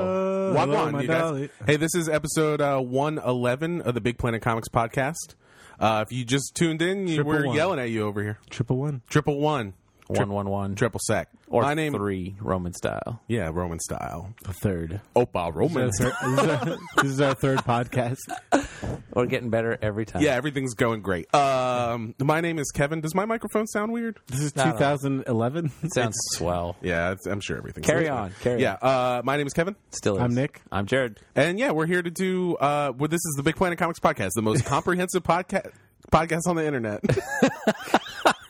log hello, on, my you guys. dolly. Hey, this is episode uh, 111 of the Big Planet Comics podcast. Uh, if you just tuned in, you, Triple we're one. yelling at you over here. Triple one. Triple one, One one one triple sec. or My name, three Roman style. yeah, Roman style. The third. Opa Roman. That's our- this, is our, this is our third podcast. Or getting better every time. Yeah, everything's going great. Um, my name is Kevin. Does my microphone sound weird? This is No, no. 2011. Sounds swell. Yeah, it's, I'm sure everything's Carry good. on, carry yeah, uh, my name is Kevin. Still is. I'm Nick. I'm Jared. And yeah, we're here to do. Uh, well, this is the Big Planet Comics podcast, the most comprehensive podcast podcast on the internet,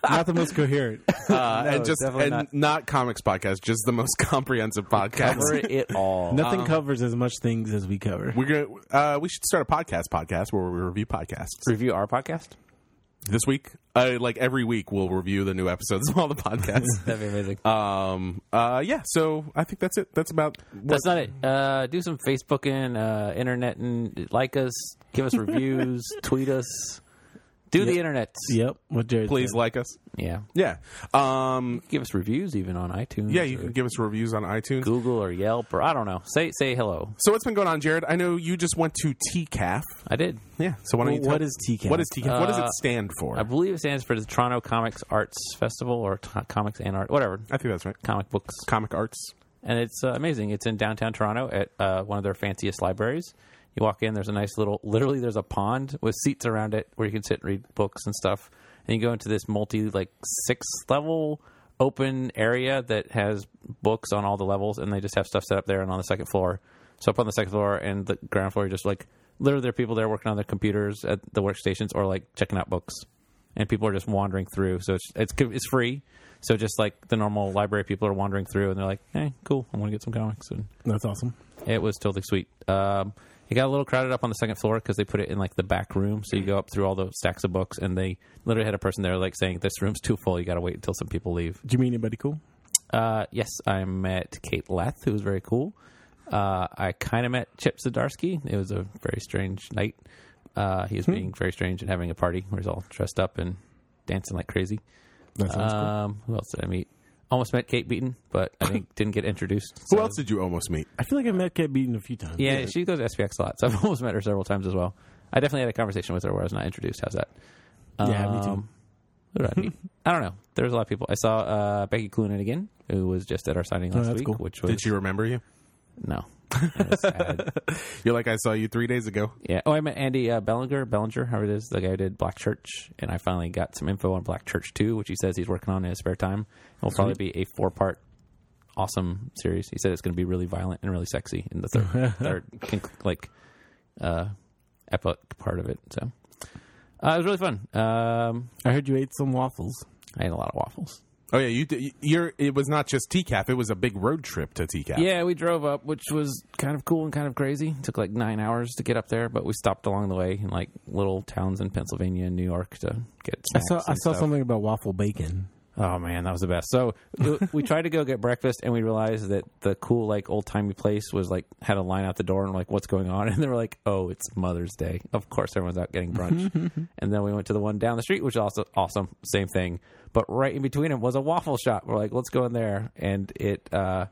Not the most coherent. uh, and just definitely and not. not. comics podcast, just the most comprehensive podcast. Cover it all. Nothing covers as much things as we cover. We're gonna. Uh, we should start a podcast podcast where we review podcasts Uh, Review our podcast. this week. Uh, like every week, we'll review the new episodes of all the podcasts. That'd be amazing. um. Uh. Yeah. So I think that's it. That's about. what- That's not it. Uh, do some Facebooking, uh, internet, and like us. Give us reviews. tweet us. Do the internet. Yep. What Jared please said. like us. Yeah. Yeah. Um. Give us reviews even on iTunes. Yeah. You or can give us reviews on iTunes. Google or Yelp or I don't know. Say say hello. So what's been going on, Jared? I know you just went to TCAF. I did. Yeah. So why don't Well, you tell what is TCAF? What is TCAF? what does Uh, it stand for? I believe it stands for the Toronto Comics Arts Festival or t- Comics and Art, whatever. I think that's right. Comic books. Comic Arts. and it's uh, amazing. It's in downtown Toronto at uh, one of their fanciest libraries. You walk in, there's a nice little, literally, there's a pond with seats around it where you can sit and read books and stuff. And you go into this multi, like six level open area that has books on all the levels, and they just have stuff set up there and on the second floor. So up on the second floor and the ground floor, you're just like literally there are people there working on their computers at the workstations or like checking out books, and people are just wandering through. So it's it's it's free. So just like the normal library people are wandering through, and they're like, "Hey, cool, I'm going to get some comics." And That's awesome. it was totally sweet. Um, it got a little crowded up on the second floor because they put it in like the back room. So you go up through all the stacks of books, and they literally had a person there like saying, "This room's too full. You got to wait until some people leave." Do you mean anybody cool? Uh, yes, I met Kate Leth, who was very cool. Uh, I kind of met Chip Zdarsky. It was a very strange night. Uh, he was being very strange and having a party where he's all dressed up and dancing like crazy. That Uh, sounds cool. Um, who else did I meet? Almost met Kate Beaton, but I think didn't get introduced. Who so- else did you almost meet? I feel like I met Cat Beaton a few times. Yeah, she goes to SPX a lot, so I've almost met her several times as well. I definitely had a conversation with her where I was not introduced. How's that? Yeah, me too. who did I meet? I don't know. There was a lot of people. I saw uh, Becky Cloonan again, who was just at our signing last Oh, that's week, cool. which was Did she remember you? no. It was sad. You're like I saw you three days ago. yeah. Oh, I met Andy uh, Bellinger, Bellinger, however it is, the guy who did Black Church, and I finally got some info on Black Church too, which he says he's working on in his spare time. It'll probably be a four part awesome series. He said it's going to be really violent and really sexy in the third, third conc- like uh, epic part of it. So uh, it was really fun. Um, I heard you ate some waffles. I ate a lot of waffles. Oh yeah, you. d- You're. It was not just TCAF. It was a big road trip to TCAF. Yeah, we drove up, which was kind of cool and kind of crazy. It took like nine hours to get up there, but we stopped along the way in like little towns in Pennsylvania and New York to get I snacks. saw I and saw stuff. something about waffle bacon. Oh man, that was the best. So w- we tried to go get breakfast, and we realized that the cool like old timey place was like had a line out the door, and we're like, what's going on? And they were like, oh, it's Mother's Day. Of course, everyone's out getting brunch. and then we went to the one down the street, which was also awesome, same thing. But right in between them was a waffle shop. We're like, let's go in there, and it. uh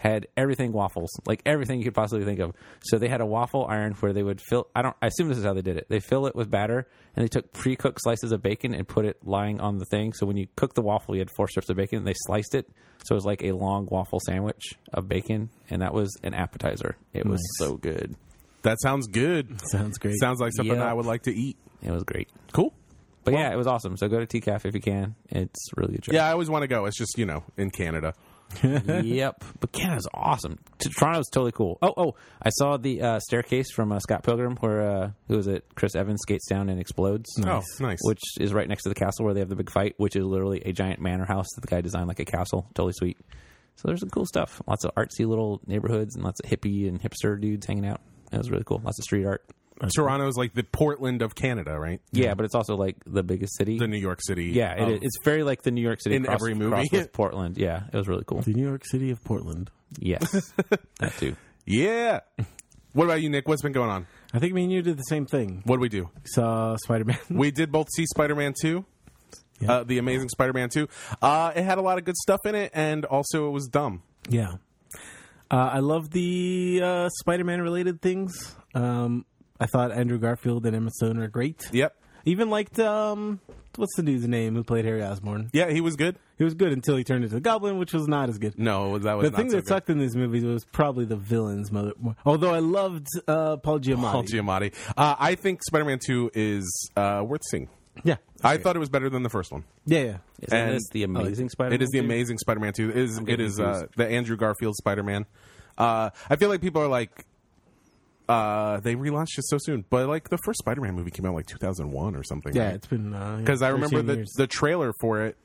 had everything waffles, like everything you could possibly think of. So they had a waffle iron where they would fill. I don't. I assume this is how they did it. They fill it with batter, and they took pre-cooked slices of bacon and put it lying on the thing. So when you cook the waffle, you had four strips of bacon, and they sliced it. So it was like a long waffle sandwich of bacon, and that was an appetizer. It was so good. That sounds good. Sounds great. Sounds like something Yeah. I would like to eat. It was great. Cool. But yeah, it was awesome. So go to TCAF if you can. It's really good. Show. Yeah, I always want to go. It's just you know in Canada. yep. But Canada's awesome. T- Toronto's totally cool. Oh, oh, I saw the uh, staircase from uh, Scott Pilgrim, where uh, who was it? Chris Evans skates down and explodes. Oh, nice. Which is right next to the castle where they have the big fight, which is literally a giant manor house that the guy designed like a castle. Totally sweet. So there's some cool stuff. Lots of artsy little neighborhoods and lots of hippie and hipster dudes hanging out. It was really cool. Lots of street art. Toronto's like the Portland of Canada, right? Yeah, but it's also like the biggest city. The New York City. Oh, yeah, it, of- it's very like the New York City In cross- every movie. cross with Portland. Yeah, it was really cool. the New York City of Portland. Yes, that too. Yeah. What about you, Nick? What's been going on? I think me and you did the same thing. What do we do? Saw Spider Man. We did both see Spider Man 2, Yeah. uh, The Amazing Spider Man 2. Uh, it had a lot of good stuff in it, and also it was dumb. yeah. Uh, I love the uh, Spider-Man related things. Um, I thought Andrew Garfield and Emma Stone are great. Yep. Even liked um, what's the dude's name who played Harry Osborn? Yeah, he was good. He was good until he turned into the Goblin, which was not as good. No, that was The not thing so that good. sucked in these movies was probably the villains. Mother, although I loved uh, Paul Giamatti. Paul Giamatti. Uh, I think Spider-Man Two is uh, worth seeing. yeah, I thought it was better than the first one. yeah, yeah. Isn't And- oh, this the Amazing Spider-Man? It is the too? Amazing Spider-Man Two. It is it getting is uh, the Andrew Garfield Spider-Man. Uh, I feel like people are like, uh, they relaunched it so soon, but like the first Spider-Man movie came out like 2001 or something. Yeah, right? it's been uh, yeah, because I remember 13 the years. the trailer for it,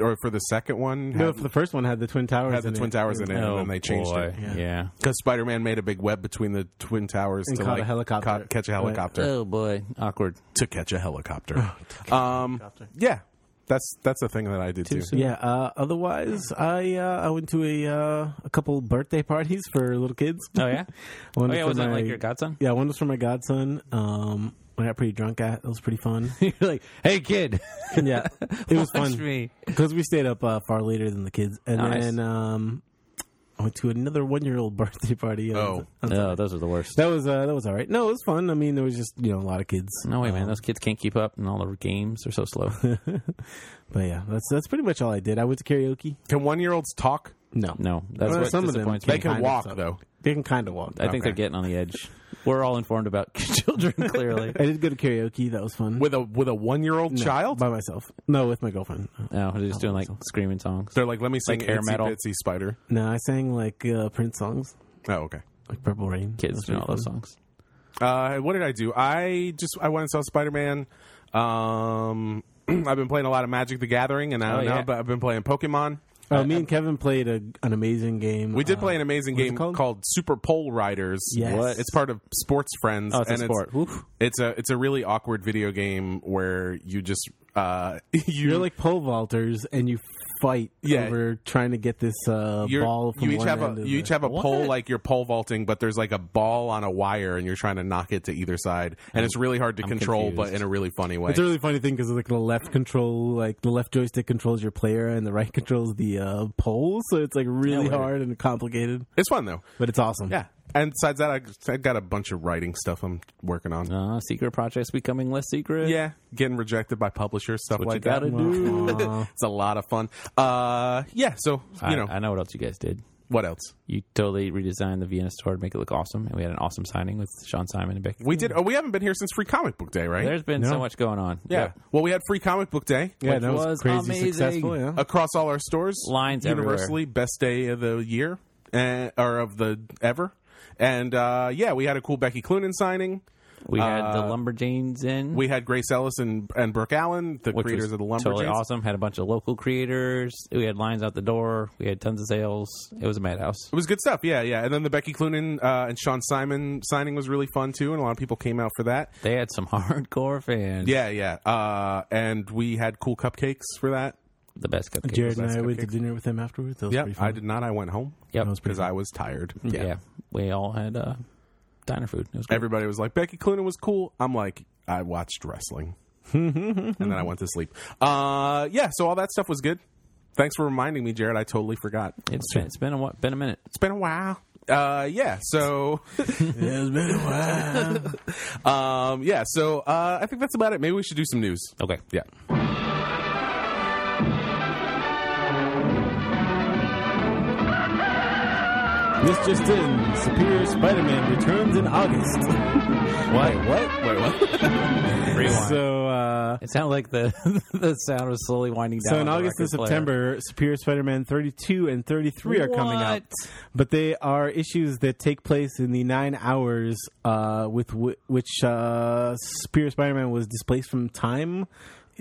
or for the second one, no, had, if the first one had the twin towers. had the in Twin it, Towers in it, and Oh, then they changed boy. it. Yeah. Because Spider Man made a big web between the Twin Towers And to caught a like, helicopter. ca- catch a Right. helicopter. Oh boy, awkward. To catch a helicopter. um, yeah, that's that's a thing that I did too. Yeah. Uh, otherwise, I uh, I went to a uh, a couple birthday parties for little kids. Oh yeah. One oh yeah. for Was that my- like your godson? Yeah, one was for my godson. Um, I got pretty drunk at. It was pretty fun. You're like, hey kid, yeah, it was watch fun me. because we stayed up uh, far later than the kids, and Nice. then um, I went to another one year old birthday party. on- Oh. on- No, those are the worst. that was uh, that was all right. No, it was fun. I mean, there was just you know a lot of kids. No way, man. Those kids can't keep up, and all their games are so slow. But yeah, that's that's pretty much all I did. I went to karaoke. Can one year olds talk? No, No, that's Well, what Uh, some of them. disappoints They me. can Kind of walk suck. though. they can kind of walk. I think Okay. they're getting on the edge. We're all informed about children, clearly. I did go to karaoke. That was fun. With a with a one year old No, child, by myself. No, with my girlfriend. No, they're just doing like screaming songs. they're like, let me sing Like hair Itsy metal. Bitsy Spider. No, I sang like uh, Prince songs, Oh, okay. like Purple Rain. That Kids was doing all pretty those fun. songs. Uh, what did I do? I just I went and saw Spider Man. Um, I've been playing a lot of Magic the Gathering, and I Oh, don't know, yeah. but I've been playing Pokemon. Oh, me and Kevin played a, an amazing game. We did uh, play an amazing what is it game called? called Super Pole Riders. Yes. What? It's part of Sports Friends. Oh, it's a and sport. Oof. It's, a it's a really awkward video game where you just uh you You're like pole vaulters, and you fight Yeah. over trying to get this uh, you're- ball from you each one have end a of you the- each have a pole What? like you're pole vaulting, but there's like a ball on a wire and you're trying to knock it to either side, and it's really hard to control, but confused. in a really funny way. It's a really funny thing because like the left control, like the left joystick controls your player, and the right controls the uh, pole. So it's like really weird. hard and complicated, It's fun though. but it's awesome. Yeah. And besides that, I, I got a bunch of writing stuff I'm working on. Uh, secret projects becoming less secret. Yeah, getting rejected by publishers, stuff what you like that. gotta do. it's a lot of fun. Uh, yeah. So you I, know I know what else you guys did. what else? You totally redesigned the Vienna store to make it look awesome, and we had an awesome signing with Sean Simon and Becky. We did. Oh, we haven't been here since Free Comic Book Day, right? There's been so much going on. yeah. Yep. Well, we had Free Comic Book Day yeah, Which that was, was crazy amazing. successful. Yeah, across all our stores, Lines universally best day of the year uh, or of the ever. And uh, yeah, we had a cool Becky Cloonan signing. We had the Uh, Lumberjanes in, We had Grace Ellis and, and Brooke Allen, the which creators was of the Lumberjanes. totally awesome. Had a bunch of local creators. We had lines out the door. We had tons of sales. It was a madhouse. It was good stuff. Yeah, yeah. And then the Becky Cloonan uh, and Sean Simon signing was really fun too, and a lot of people came out for that. They had some hardcore fans. Yeah, yeah. Uh, and we had cool cupcakes for that. the best cupcakes. Jared and That's I went to cupcakes. dinner with him afterwards. That was Yep. pretty fun. I did not. I went home Yep. That was pretty because I was tired. yeah. we all had uh, diner food. It was great. Everybody was like, Becky Cloonan was cool. I'm like, I watched wrestling. and then I went to sleep. Uh, yeah, so all that stuff was good. Thanks for reminding me, Jared. I totally forgot. It's been, it's been a wa- been a minute. It's been a while. Uh, yeah, so Yeah, it's been a while. um, yeah, so uh, I think that's about it. Maybe we should do some news. Okay. Yeah. This just in: Superior Spider-Man returns in August. What? What? Wait, what? Rewind. So, uh, it sounded like the the sound was slowly winding down. so in on the August and record player. September, Superior Spider-Man 32 and 33 are coming out, What? but they are issues that take place in the nine hours uh, with w- which uh, Superior Spider-Man was displaced from time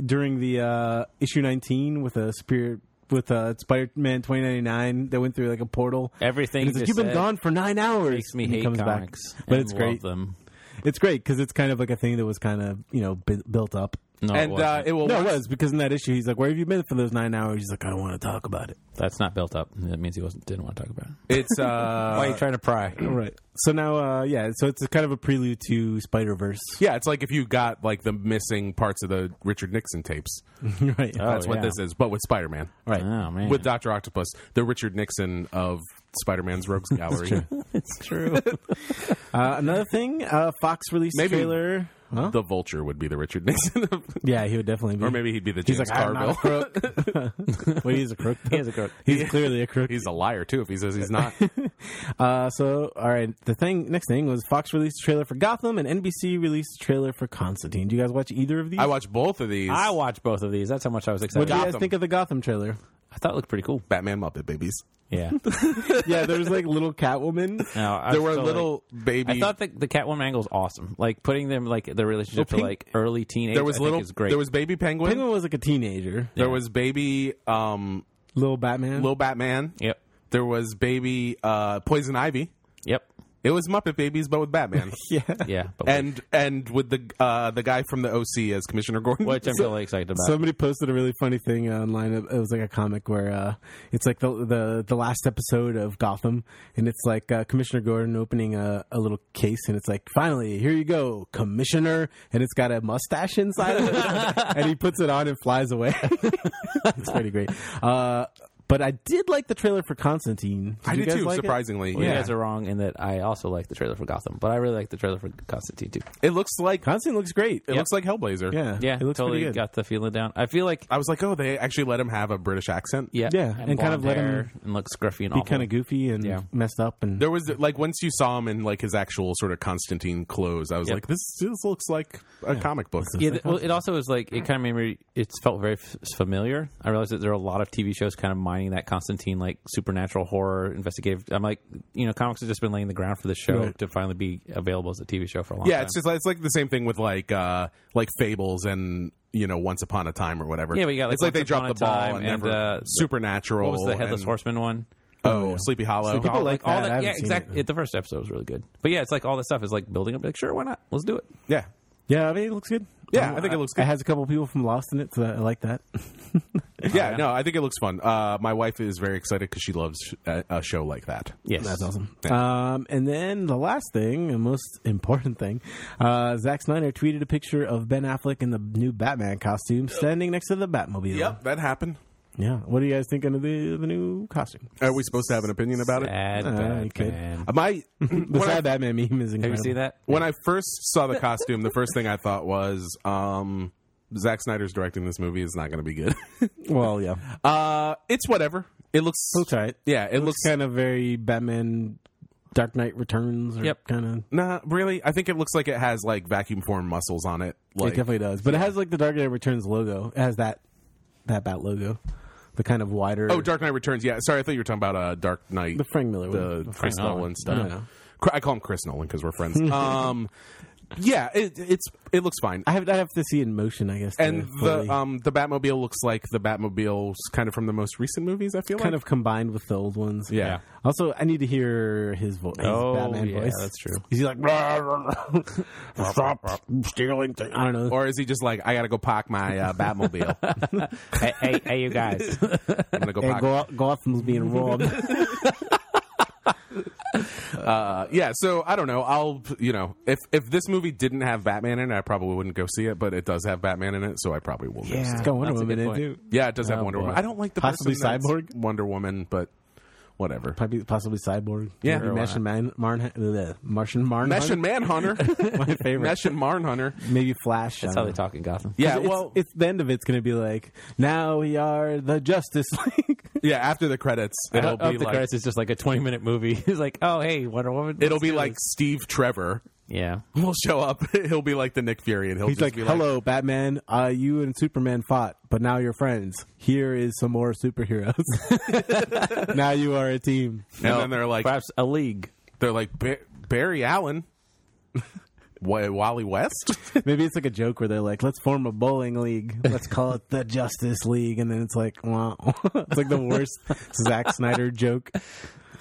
during the uh, issue 19 with a Superior with uh, Spider-Man 2099 that went through like a portal. Everything And it's like, just you've been said gone for nine hours. makes me And he hate comes back. comics, but and it's great. Love them. It's great because it's kind of like a thing that was kind of you know bu- built up. Oh, No, it and uh, wasn't. it will. no, it was because in that issue he's like, "Where have you been for those nine hours?" He's like, "I don't want to talk about it." that's not built up. That means he wasn't didn't want to talk about it. It's Why are uh, you trying to pry? Right. So now, uh, yeah. So it's a kind of a prelude to Spider Verse. yeah, it's like if you got like the missing parts of the Richard Nixon tapes. right. Oh, That's what yeah. this is, but with Spider Man, right. Oh man, with Doctor Octopus, the Richard Nixon of Spider-Man's Rogues Gallery. It's true. Uh, another thing, uh, Fox released Maybe- trailer. Huh? the Vulture would be the Richard Nixon, of, yeah, he would definitely be. or maybe he'd be the he's James like I'm not a Carville. crook. Wait, he's a crook. he has a crook. He's clearly a crook. He's a liar too if he says he's not. Uh, so, all right. The thing, next thing was Fox released a trailer for Gotham and NBC released a trailer for Constantine. Do you guys watch either of these? I watched both of these. I watched both of these. That's how much I was what excited. do you guys Gotham. think of the Gotham trailer? I thought it looked pretty cool. Batman Muppet Babies. Yeah. yeah, there was like little Catwoman. No, I There were still, little Like, baby. I thought the, the Catwoman angle is awesome. Like putting them like their relationship Well, to like early teenage. there was I think little. is great. There was baby penguin. Penguin was like a teenager. There was baby um, Little Batman. little Batman. Yep. There was baby uh, Poison Ivy. Yep. It was Muppet Babies, but with Batman. yeah. Yeah. But and and with the uh, the guy from the OC as Commissioner Gordon. which I'm really excited about. Somebody posted a really funny thing online. It it was like a comic where uh, it's like the, the the last episode of Gotham, and it's like uh, Commissioner Gordon opening a, a little case, and it's like, finally, here you go, Commissioner, and it's got a mustache inside of it, and he puts it on and flies away. it's pretty great. Uh, but I did like the trailer for Constantine. I you did guys too, like it? surprisingly. You yeah. guys are wrong in that I also like the trailer for Gotham, but I really like the trailer for Constantine too. It looks like it Constantine looks great. looks like Hellblazer. yeah, Yeah, it looks pretty totally good. got the feeling down. I feel like I was like, oh, they actually let him have a British accent. yeah, Yeah, and kind of blonde let him hair and look scruffy and be awful. kind of goofy and Yeah. messed up and There was like once you saw him in like his actual sort of Constantine clothes, I was Yep. like, this this looks like a comic book. yeah, th- well, it also is like it kind of made me. It felt very f- familiar. I realized that there are a lot of TV shows kind of mining that Constantine like supernatural horror investigative. I'm like, you know, comics have just been laying the ground for this show Right. to finally be available as a TV show for a long Yeah, time. it's just like, it's like the same thing with like uh like Fables and you know Once Upon a Time or whatever. Yeah, we got, like, it's like they Once dropped the Upon a ball Time and, and, never uh, Supernatural. what was the Headless and- Horseman one? Oh, Sleepy Hollow. Sleepy Hollow. People like that. I Yeah, haven't seen exactly. it. the first episode was really good, but yeah, it's like all this stuff is like building up. Like, sure, why not? Let's do it. Yeah, Yeah, I mean, it looks good. Yeah, I think it looks good. It has a couple people from Lost in it, so I like that. Oh, yeah. No, I think it looks fun. Uh, my wife is very excited because she loves a, a show like that. Yes, That's awesome. Um, and then the last thing, and most important thing, uh, Zack Snyder tweeted a picture of Ben Affleck in the new Batman costume standing next to the Batmobile. Yep, that happened. Yeah. What do you guys think of the the new costume? Are we supposed to have an opinion about it? Bad, Uh, bad, okay. man. Uh, My The when I, sad Batman meme is Have you incredible. seen that? when I first saw the costume, the first thing I thought was, um, Zack Snyder's directing this movie is not going to be good. Well, yeah. uh, it's whatever. It looks. We'll try it. Yeah, it, looks. Looks kind of very Batman Dark Knight Returns. Or Yep. Kind of. Nah, really. I think it looks like it has like vacuum form muscles on it. it Like, definitely does. But it has like the Dark Knight Returns logo. It has that that Bat logo. The kind of wider. oh, Dark Knight Returns. Yeah, sorry, I thought you were talking about uh, Dark Knight, The Frank Miller one. the Chris Nolan. Nolan, stuff. No. Cr- I call him Chris Nolan because we're friends. um, yeah, it, it's it looks fine. I have I have to see it in motion, I guess. to and fully- the um, the Batmobile looks like the Batmobiles kind of from the most recent movies. I feel kind like. of combined with the old ones. Yeah. Also, I need to hear his voice. His Oh, Batman yeah, voice. that's true. He's like, stop stealing things. I don't know. or is he just like I gotta go park my uh, Batmobile? I'm hey, hey, hey, you guys. gonna go Hey, park. Go- Gotham's being robbed. Uh, yeah, so I don't know. I'll you know if if this movie didn't have Batman in it, I probably wouldn't go see it. But it does have Batman in it, so I probably will. Go see It's it. got Wonder That's a Woman good in it, point. too. Yeah, it does have Oh, Wonder boy. Woman. I don't like the Possibly person that's Cyborg? Wonder Woman, but whatever. Probably, possibly Cyborg. Yeah. Or Martian Man, Marn, bleh, Martian Marn. Mesh and Manhunter, my favorite. Mesh and Marnhunter. Maybe Flash. That's how they talk in Gotham. Yeah, it's, well, it's the end of it's going to be like, now we are the Justice League. yeah. After the credits, I Uh, it'll hope be the like credits is just like a 20 minute movie. it's like, oh, hey, Wonder Woman. it'll let's be do like this. Steve Trevor yeah. will show up. He'll be like the Nick Fury, and he'll He's just like, be "Hello, Batman. Uh, you and Superman fought, but now you're friends. Here is some more superheroes. now you are a team." and then they're like, perhaps a league. They're like "Ba- Barry Allen, Wa- Wally West. Maybe it's like a joke where they're like, "Let's form a bowling league. Let's call it the Justice League," and then it's like, "Wow, it's like the worst Zack Snyder joke."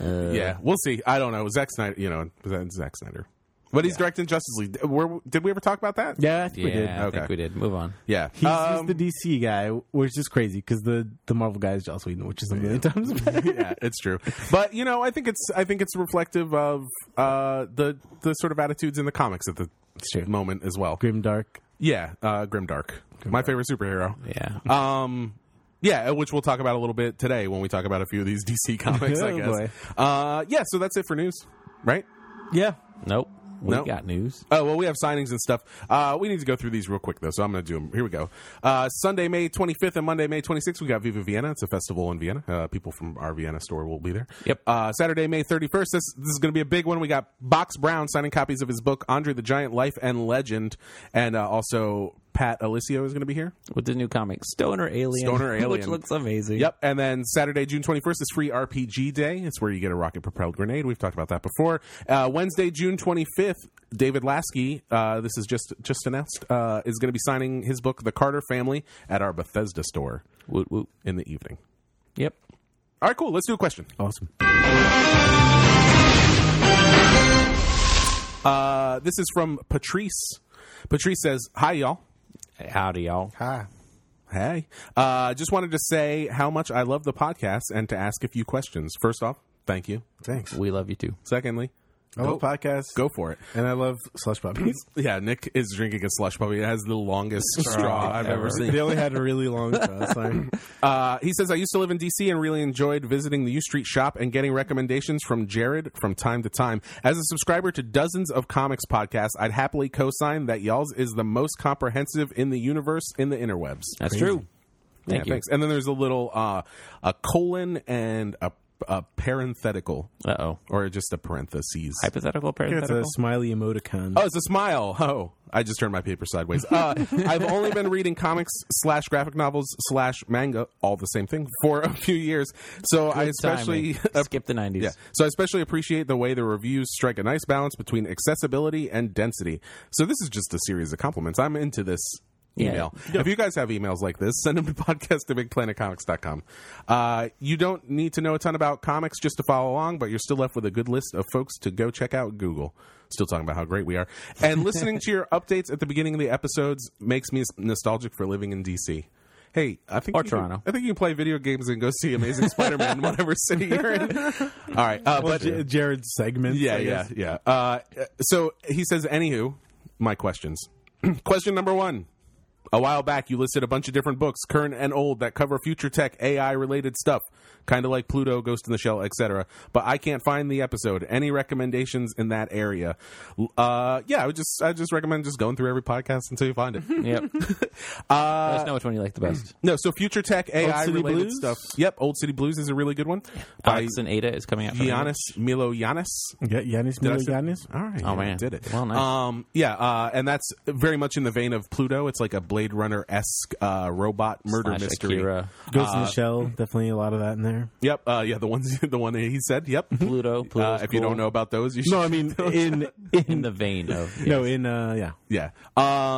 Uh. yeah, we'll see. I don't know. Zack Snyder, you know, that's Zack Snyder, but he's directing Justice League. Where, did we ever talk about that? Yeah, I think Yeah, we did. I Okay. think we did. Move on. yeah. He's, Um, he's the DC guy, which is crazy because the the Marvel guy is Joss Whedon, which is a million times better. yeah, it's true. But you know, I think it's I think it's reflective of uh, the the sort of attitudes in the comics at the true. moment as well. Grim Dark. Yeah, uh, Grimdark, my favorite superhero. Yeah. Um, Yeah, which we'll talk about a little bit today when we talk about a few of these DC comics, I Oh, guess. boy. Uh, yeah, so that's it for news, right? Yeah. Nope. We Nope. got news. Oh well, we have signings and stuff. Uh, we need to go through these real quick though, so I'm going to do them. Here we go. Uh, Sunday, May 25th, and Monday, May 26th, we got Viva Vienna. It's a festival in Vienna. Uh, people from our Vienna store will be there. Yep. Uh, Saturday, May 31st. This this is going to be a big one. We got Box Brown signing copies of his book Andre the Giant: Life and Legend, and uh, also Pat Alessio is going to be here. With the new comic, Stoner Alien. Stoner Which Alien. looks amazing. Yep. And then Saturday, June 21st is free RPG day. It's where you get a rocket propelled grenade. We've talked about that before. Uh, Wednesday, June 25th, David Lasky, uh, this is just just announced, uh, is going to be signing his book, The Carter Family, at our Bethesda store Woot, woot. in the evening. Yep. All right, cool. Let's do a question. Awesome. Uh, this is from Patrice. Patrice says, Hi, y'all. Howdy, y'all. Ah. Hey. Uh, just wanted to say how much I love the podcast and to ask a few questions. First off, thank you. Thanks. We love you too. Secondly, I love podcasts. go for it. And I love slush puppies. Yeah, Nick is drinking a slush puppy. It has the longest straw, I've ever, ever. seen. they only had a really long straw. It's fine. Uh, he says, I used to live in D.C. and really enjoyed visiting the U Street shop and getting recommendations from Jared from time to time. As a subscriber to dozens of comics podcasts, I'd happily co sign that y'all's is the most comprehensive in the universe in the interwebs. That's Crazy. true. Yeah, Thank you. Thanks. And then there's a little uh, a colon and a, a parenthetical, Uh oh. or just a parentheses. Hypothetical It's a parenthetical. smiley emoticon. Oh, it's a smile. Oh, I just turned my paper sideways. Uh, I've only been reading comics slash graphic novels slash manga, all the same thing, for a few years. So I especially Timing. skip the nineties. yeah. So I especially appreciate the way the reviews strike a nice balance between accessibility and density. So this is just a series of compliments. I'm into this Yeah. email. If you guys have emails like this, send them to podcast to bigplanetcomics.com. Uh, you don't need to know a ton about comics just to follow along, but you're still left with a good list of folks to go check out Google. Still talking about how great we are. And listening to your updates at the beginning of the episodes makes me nostalgic for living in DC. Hey, I think Or you can- Toronto. I think you can play video games and go see Amazing Spider-Man, whatever city you're in. All right, uh, Well, but J- Jared's segments. yeah, I yeah, guess. yeah. Uh, so he says, anywho, my questions. Question number one. A while back, you listed a bunch of different books, current and old, that cover future tech, AI related stuff, kind of like Pluto, Ghost in the Shell, etc. But I can't find the episode. Any recommendations in that area? L- Uh, yeah, I would just I just recommend just going through every podcast until you find it. Yep. Uh, Let us know which one you like the best. no, so future tech, AI City related Blues? stuff. Yep, Old City Blues is a really good one by Alex and Ada is coming out. from- Giannis Milo Giannis. Yeah, Yanis I Milo say- Yanis. All right. Oh, yeah, man. did it. Well, nice. Um, yeah, uh, and that's very much in the vein of Pluto. It's like a Blade Runner esque uh, robot murder slash mystery. Akira, Ghost in the Shell. Definitely a lot of that in there. Yep. Uh, yeah, the ones the one that he said. Yep. Pluto. Pluto. Uh, if you don't know about those, you should. No, I mean in in in the vein of no in uh yeah yeah.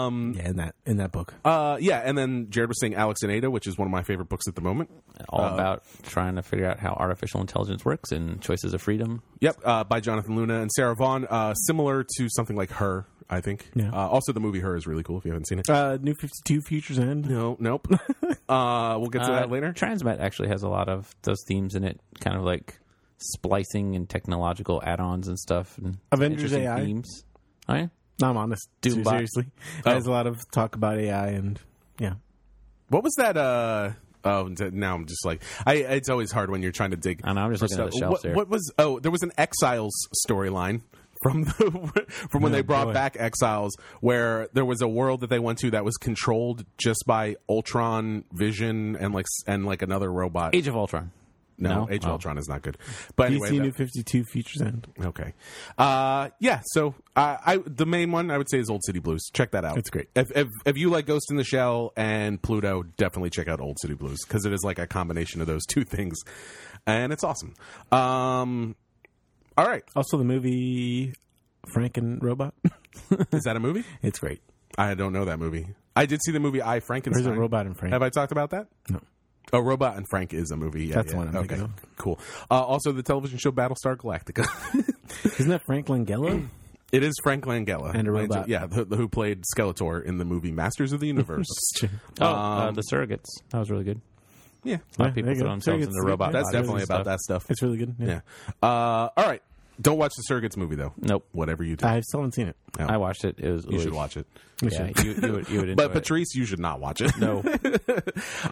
Um, yeah in that in that book. uh, yeah, and then Jared was saying Alex and Ada, which is one of my favorite books at the moment. all about trying to figure out how artificial intelligence works and choices of freedom. Yep, uh, by Jonathan Luna and Sarah Vaughn. Uh, similar to something like Her, I think. Yeah. Uh, also, the movie Her is really cool if you haven't seen it. Uh, New Fifty Two Futures End. no, nope. uh, we'll get to Uh, that later. Transmet actually has a lot of those themes in it, kind of like splicing and technological add-ons and stuff. And Avengers interesting AI. themes. Oh, yeah? No, I'm honest. Doom Ser- bot. seriously, there's a lot of talk about AI and yeah. What was that? Uh, oh, d- now I'm just like I. It's always hard when you're trying to dig. I know, I'm just for looking at the stuff. shelves what, here. what was? Oh, there was an Exiles storyline from the from Oh, when they brought boy. back Exiles, where there was a world that they went to that was controlled just by Ultron, Vision, and like s- and like another robot. Age of Ultron. no, no? Age Oh. of Ultron is not good. But DC anyway, that- New Fifty Two Futures End. Okay. Uh, yeah. So I, I the main one I would say is Old City Blues. Check that out. It's great. If, if if you like Ghost in the Shell and Pluto, definitely check out Old City Blues because it is like a combination of those two things, and it's awesome. Um, all right. Also, the movie Frank and Robot. Is that a movie? it's great. I don't know that movie. I did see the movie I Frankenstein. There's a robot in Frank. Have I talked about that? No. Oh, Robot and Frank is a movie. Yeah, That's yeah. the one I'm okay, thinking of. cool. Uh, also, the television show Battlestar Galactica. Isn't that Frank Langella? It is Frank Langella And a Lange- robot. yeah, who, who played Skeletor in the movie Masters of the Universe. Oh, Um, uh, the surrogates. That was really good. yeah, A lot Yeah, of people there you throw go. themselves Surrogates, into robot. yeah, that's bodies definitely and about stuff. that stuff. it's really good. Yeah. Yeah. Uh, all right, Don't watch the Surrogates movie though. Nope. Whatever you do, I still haven't seen it. No. I watched it. It was. you should watch it. Yeah, you, you would. You would enjoy But it. Patrice, you should not watch it. No. All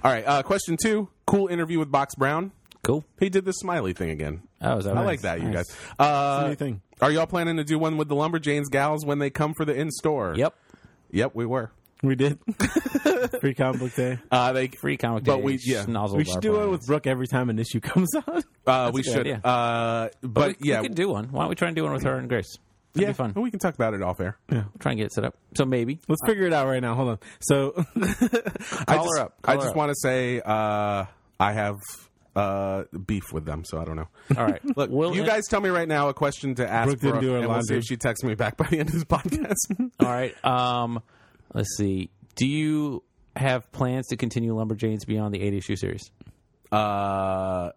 right. Uh, question two. Cool interview with Box Brown. Cool. He did the smiley thing again. Oh, is that I right? like that, you Nice. guys. Uh, It's a new thing. Are y'all planning to do one with the Lumberjanes gals when they come for the in store? Yep. Yep, we were. We did free comic book day. Uh, they Free comic But day. we- yeah. We should do it with Brooke every time an issue comes out. uh, we a good should. idea. Uh, but, we, yeah, we could do one. Why don't we try and do one with her and Grace? That'd yeah, be fun. we can talk about it off air. Try and get it set up. So maybe. Let's figure it out right now. Hold on. So I Call just, her up. I Call her just up. want to say uh, I have uh, beef with them, so I don't know. All right. Look, We'll you en- guys tell me right now a question to ask Brooke Brooke, didn't do her and we'll see laundry. if she texts me back by the end of this podcast. All right. Um, let's see. Do you have plans to continue Lumberjanes beyond the eight issue series? uh,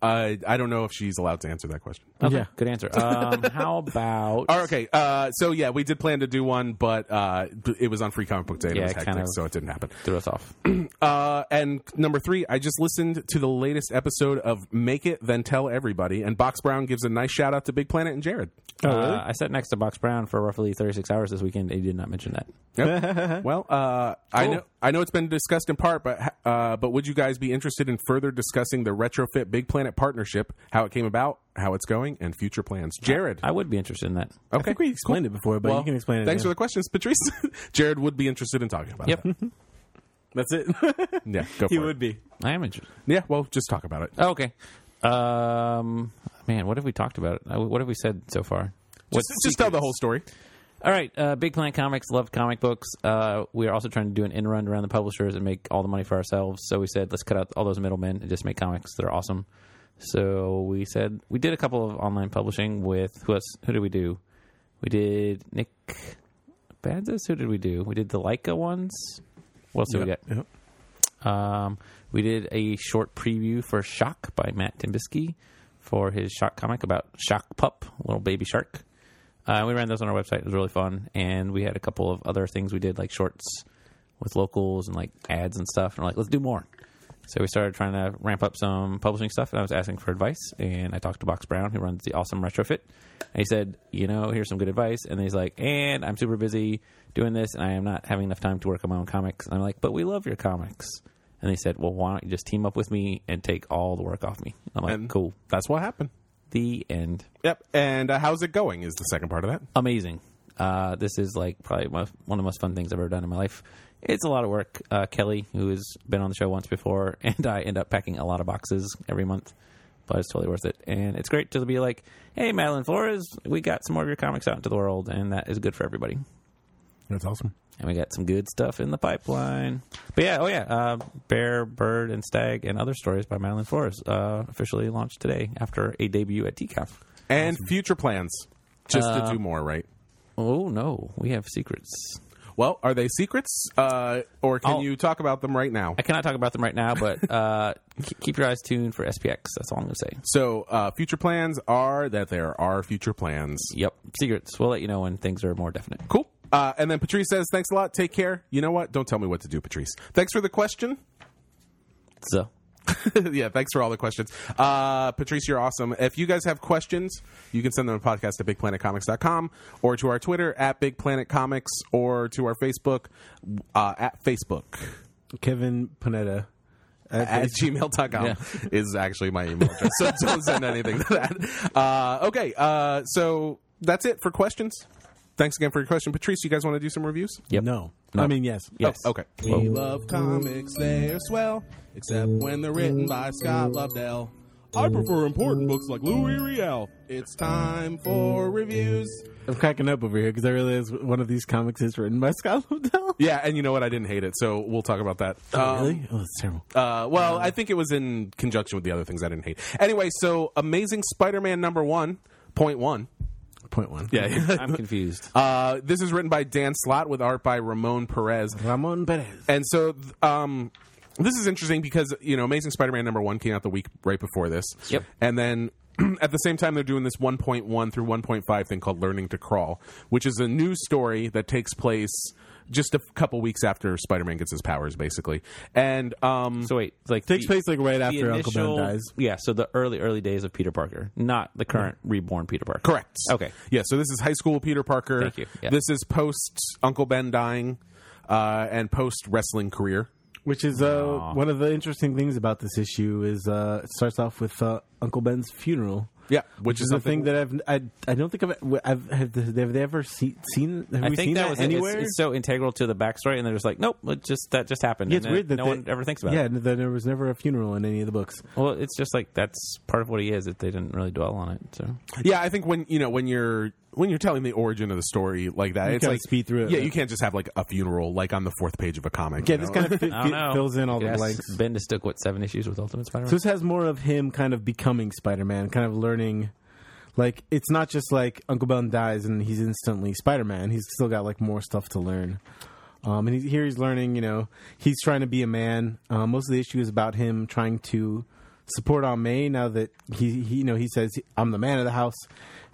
I, I don't know if she's allowed to answer that question. Okay, Yeah. Good answer. Um, how about? Oh, okay. Uh, so yeah, we did plan to do one, but uh, b- it was on Free Comic Book Day. And Yeah, it was it hectic, kind of- so it didn't happen. Threw us off. Uh, and number three, I just listened to the latest episode of Make It, Then Tell Everybody, and Box Brown gives a nice shout out to Big Planet and Jared. Uh, I sat next to Box Brown for roughly 36 hours this weekend. He did not mention that. Yep. well, uh, I know I know it's been discussed in part, but uh, but would you guys be interested in further discussing the retrofit Big Planet partnership, how it came about, how it's going, and future plans? Jared, I would be interested in that. okay, I think we explained it before, but Well, you can explain it. Thanks for again. the questions, Patrice. Jared would be interested in talking about Yep. it. That's it. Yeah, go for he it. would be. I am interested. Yeah, well, just talk about it. Oh, okay. Um, man, what have we talked about? Uh, What have we said so far? What Just, just tell the whole story. All right, uh, Big Planet Comics love comic books. Uh, we are also trying to do an in run around the publishers and make all the money for ourselves. So we said let's cut out all those middlemen and just make comics. They're awesome. So we said we did a couple of online publishing with who else? Who did we do? We did Nick Banzas. Who did we do? We did the Leica ones. What else did we get? Um, we did a short preview for Shock by Matt Timbisky for his Shock comic about Shock Pup, little baby shark. Uh, we ran those on our website. It was really fun, and we had a couple of other things we did, like shorts with locals and like ads and stuff. And we're like, let's do more. So we started trying to ramp up some publishing stuff, and I was asking for advice. And I talked to Box Brown, who runs the awesome retrofit. And he said, you know, here's some good advice. And he's like, and I'm super busy doing this, and I am not having enough time to work on my own comics. And I'm like, but we love your comics. And they said, well, why don't you just team up with me and take all the work off me? I'm like, And- cool. That's what happened. The end. Yep. And uh, how's it going? Is the second part of that. amazing. Uh, this is like probably my, one of the most fun things I've ever done in my life. It's a lot of work. Uh, Kelly, who has been on the show once before, and I end up packing a lot of boxes every month, but it's totally worth it. And it's great to be like, hey, Madeline Flores, we got some more of your comics out into the world, and that is good for everybody. That's awesome. And we got some good stuff in the pipeline. But yeah, oh yeah, uh, Bear, Bird, and Stag, and other stories by Madeline Flores uh, officially launched today after a debut at TCAF. And future plans, just to Uh, do more, right? Oh no, we have secrets. Well, are they secrets, uh, or can I'll- you talk about them right now? I cannot talk about them right now, but uh, k- keep your eyes tuned for SPX. That's all I'm going to say. So, uh, future plans are that there are future plans. Yep, secrets. We'll let you know when things are more definite. Cool. Uh, and then Patrice says, "Thanks a lot. Take care." You know what? Don't tell me what to do, Patrice. Thanks for the question. So, yeah, thanks for all the questions. Uh, Patrice, you're awesome. If you guys have questions, you can send them to podcast at bigplanetcomics.com or to our Twitter at Big Planet Comics or to our Facebook uh, at Facebook. Kevin Panetta. at gmail.com is actually my email address. So don't send anything to that. Uh, okay, uh, so that's it for questions. Thanks again for your question. Patrice, you guys want to do some reviews? yep. No. No. I mean yes. Yes. Oh, okay. We love comics, they're swell, except when they're written by Scott Lobdell. I prefer important books like Louis Riel. It's time for reviews. oh, I'm cracking up over here because I realize one of these comics is written by Scott Lobdell. Yeah, and you know what? I didn't hate it, so we'll talk about that. Um, really? Oh, that's terrible. Uh, well, I think it was in conjunction with the other things I didn't hate. Anyway, so Amazing Spider-Man number one point one. Point one. Yeah. I'm confused. Um, uh, this is written by Dan Slott with art by Ramon Perez. Ramon Perez. And so, th- um, this is interesting because you know Amazing Spider-Man number one came out the week right before this. Yep. And then at the same time, they're doing this 1.1 through 1.5 thing called Learning to Crawl, which is a new story that takes place just a couple weeks after Spider-Man gets his powers, basically. And um, So wait, like Takes the- place like right the after Uncle initial- Ben dies. Yeah, so the early early days of Peter Parker, not the current reborn Peter Parker. correct. Okay. Yeah. So this is high school Peter Parker. Thank you. Yeah. This is post Uncle Ben dying, uh, and post wrestling career. Which is uh, one of the interesting things about this issue is uh, it starts off with uh, Uncle Ben's funeral. Yeah, which, Which is a something thing that I've I, I don't think I've, I've have, have they ever see, seen have I we think seen that, that, was anywhere? It's, it's so integral to the backstory, and they're just like, nope, it just that just happened. Yeah, and it's weird that no they- one ever thinks about yeah, it. that there was never a funeral in any of the books. Well, it's just like that's part of what he is. That they didn't really dwell on it. So Yeah, I think when you know when you're when you're telling the origin of the story like that, it's gotta like speed through it, Yeah, right? you can't just have like a funeral like on the fourth page of a comic. Yeah, you this know? kind of fi- I don't know. fills in all the Yes, blanks. Bendis took what seven issues with Ultimate Spider-Man. So this has more of him kind of becoming Spider-Man, kind of learning. Like it's not just like Uncle Ben dies and he's instantly Spider-Man. He's still got like more stuff to learn. Um, and he, here he's learning. You know, he's trying to be a man. Uh, most of the issue is about him trying to support Aunt May now that he, he you know he says I'm the man of the house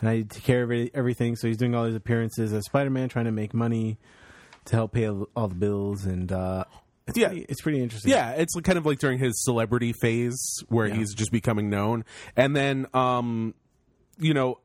and I take care of it- everything. So he's doing all these appearances as Spider-Man, trying to make money to help pay all all the bills. And uh, it's Yeah. pretty, it's pretty interesting. yeah, it's kind of like during his celebrity phase where he's just becoming known, and then um, you know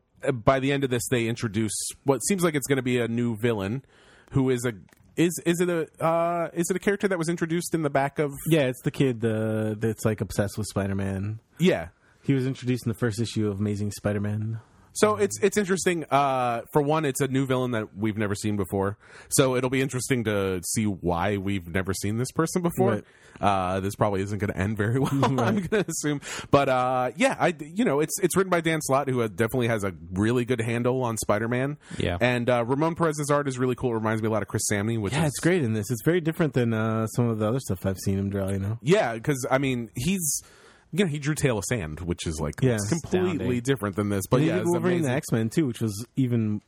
by the end of this they introduce what seems like it's going to be a new villain who is a is is it a uh, is it a character that was introduced in the back of Yeah, it's the kid uh, that's like obsessed with Spider Man. yeah He was introduced in the first issue of Amazing Spider Man. So it's it's interesting. Uh, for one, it's a new villain that we've never seen before. So it'll be interesting to see why we've never seen this person before. Right. Uh, this probably isn't going to end very well. I'm going to assume, but uh, yeah, I you know it's it's written by Dan Slott, who uh, definitely has a really good handle on Spider Man. Yeah. and uh, Ramon Perez's art is really cool. It reminds me a lot of Chris Samney, which Yeah, is it's great in this. It's very different than uh, some of the other stuff I've seen him draw, you know? Yeah, because I mean he's. You know, he drew Tail of Sand, which is like Yeah. it's completely Astounding. different than this. But He yeah, did it's Wolverine and the amazing. X Men, too, which was even.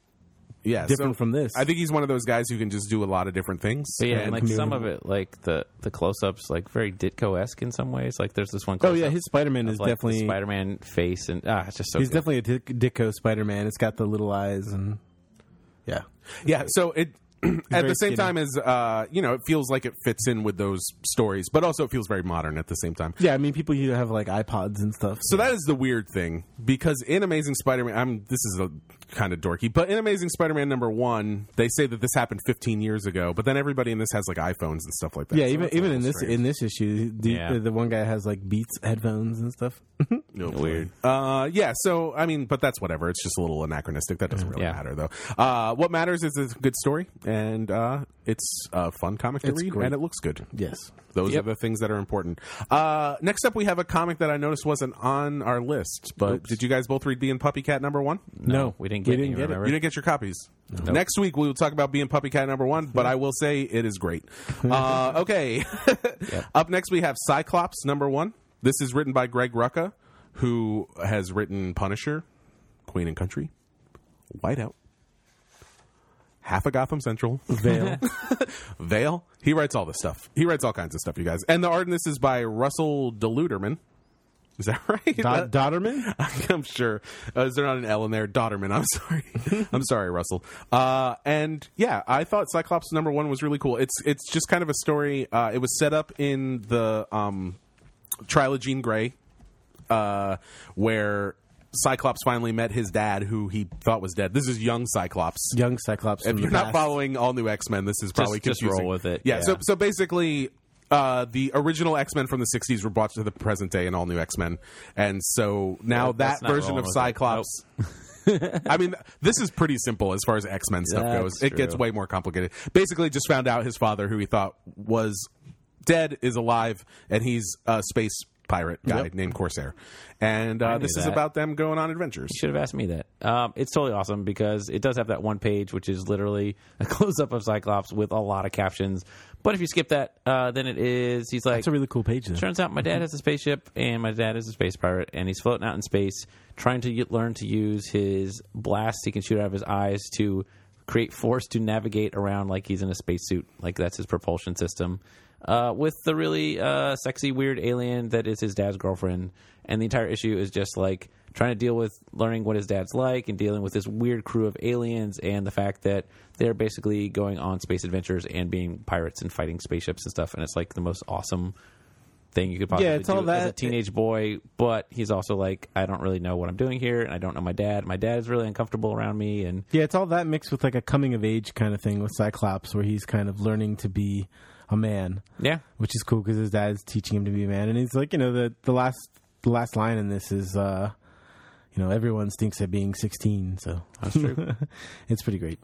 yeah, different from this. I think he's one of those guys who can just do a lot of different things. But yeah, And- and like some of it, like the the close ups, like very Ditko esque in some ways. Like there's this one. Oh, yeah, close-up his Spider Man of, is like, the definitely. Spider-Man face, and ah, it's just so. He's good. definitely a Dick, Dicko Spider Man. It's got the little eyes and. Yeah. yeah. So it at very the same skinny. time as uh, you know, it feels like it fits in with those stories, but also it feels very modern at the same time. Yeah, I mean, people who have like iPods and stuff. So that is the weird thing because in Amazing Spider-Man, I'm this is a kind of dorky, but in Amazing Spider-Man number one, they say that this happened 15 years ago, but then everybody in this has like iPhones and stuff like that. yeah, So even that's a even little in this strange. in this issue, the, Yeah. the, the one guy has like Beats headphones and stuff. Weird. Uh, yeah. So I mean, but that's whatever. It's just a little anachronistic. That doesn't really Yeah. matter though. Uh, what matters is it's a good story, and uh, it's a fun comic to It's read, great. and it looks good. yes. Those Yep. are the things that are important. Uh, next up, we have a comic that I noticed wasn't on our list, but did you guys both read Being Puppy Cat number one? No, we didn't get any, it. remember? You didn't get your copies. Next week we will talk about being Puppy Cat number one, but I will say it is great. Uh, okay. Up next we have Cyclops number one. This is written by Greg Rucka, who has written Punisher, Queen and Country, Whiteout, Half of Gotham Central, Veil. Vale. He writes all this stuff. He writes all kinds of stuff, you guys. And the art in this is by Russell DeLuderman. Is that right? Dod- Dodderman? I'm sure. Uh, is there not an L in there? Dodderman. I'm sorry. I'm sorry, Russell. Uh, and yeah, I thought Cyclops number one was really cool. It's it's just kind of a story. Uh, it was set up in the um, trial of Jean Grey, uh, where Cyclops finally met his dad, who he thought was dead. This is young Cyclops. Young Cyclops. If from the you're not past. following all new X Men, this is probably just confusing. roll with it, Yeah. So yeah. so basically, uh, the original X Men from the '60s were brought to the present day in all new X Men, and so now Nope, that that's not version rolling of with it. Cyclops. I mean, this is pretty simple as far as X Men stuff That's goes. It gets true. way more complicated. Basically, just found out his father, who he thought was dead, is alive, and he's a space pirate guy named Corsair. And uh, knew this is that. about them going on adventures. You should have asked me that. Um, it's totally awesome because it does have that one page, which is literally a close up of Cyclops with a lot of captions. But if you skip that, uh, then it is he's like, It's a really cool page. Though. turns out my dad has a spaceship and my dad is a space pirate, and he's floating out in space trying to y learn to use his blast he can shoot out of his eyes to create force to navigate around like he's in a spacesuit. Like that's his propulsion system. Uh, with the really uh, sexy, weird alien that is his dad's girlfriend, and the entire issue is just like trying to deal with learning what his dad's like and dealing with this weird crew of aliens and the fact that they're basically going on space adventures and being pirates and fighting spaceships and stuff. And it's like the most awesome thing you could possibly Yeah, it's do all as a that- teenage boy, but he's also like, I don't really know what I'm doing here, and I don't know my dad. My dad is really uncomfortable around me, and Yeah, it's all that mixed with like a coming of age kind of thing with Cyclops, where he's kind of learning to be a man, yeah, which is cool because his dad's teaching him to be a man, and he's like, you know, the the last the last line in this is, uh, you know, everyone stinks at being sixteen, so that's true. it's pretty great.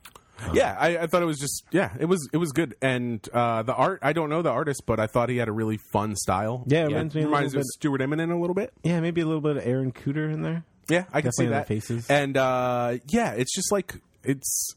Yeah, I, I thought it was just yeah, it was it was good. And uh, the art, I don't know the artist, but I thought he had a really fun style. Yeah, it reminds me a reminds little of bit- Stuart Eminem a little bit. Yeah, maybe a little bit of Aaron Cooter in there. Yeah, I can see Definitely that. the faces. And uh, yeah, it's just like it's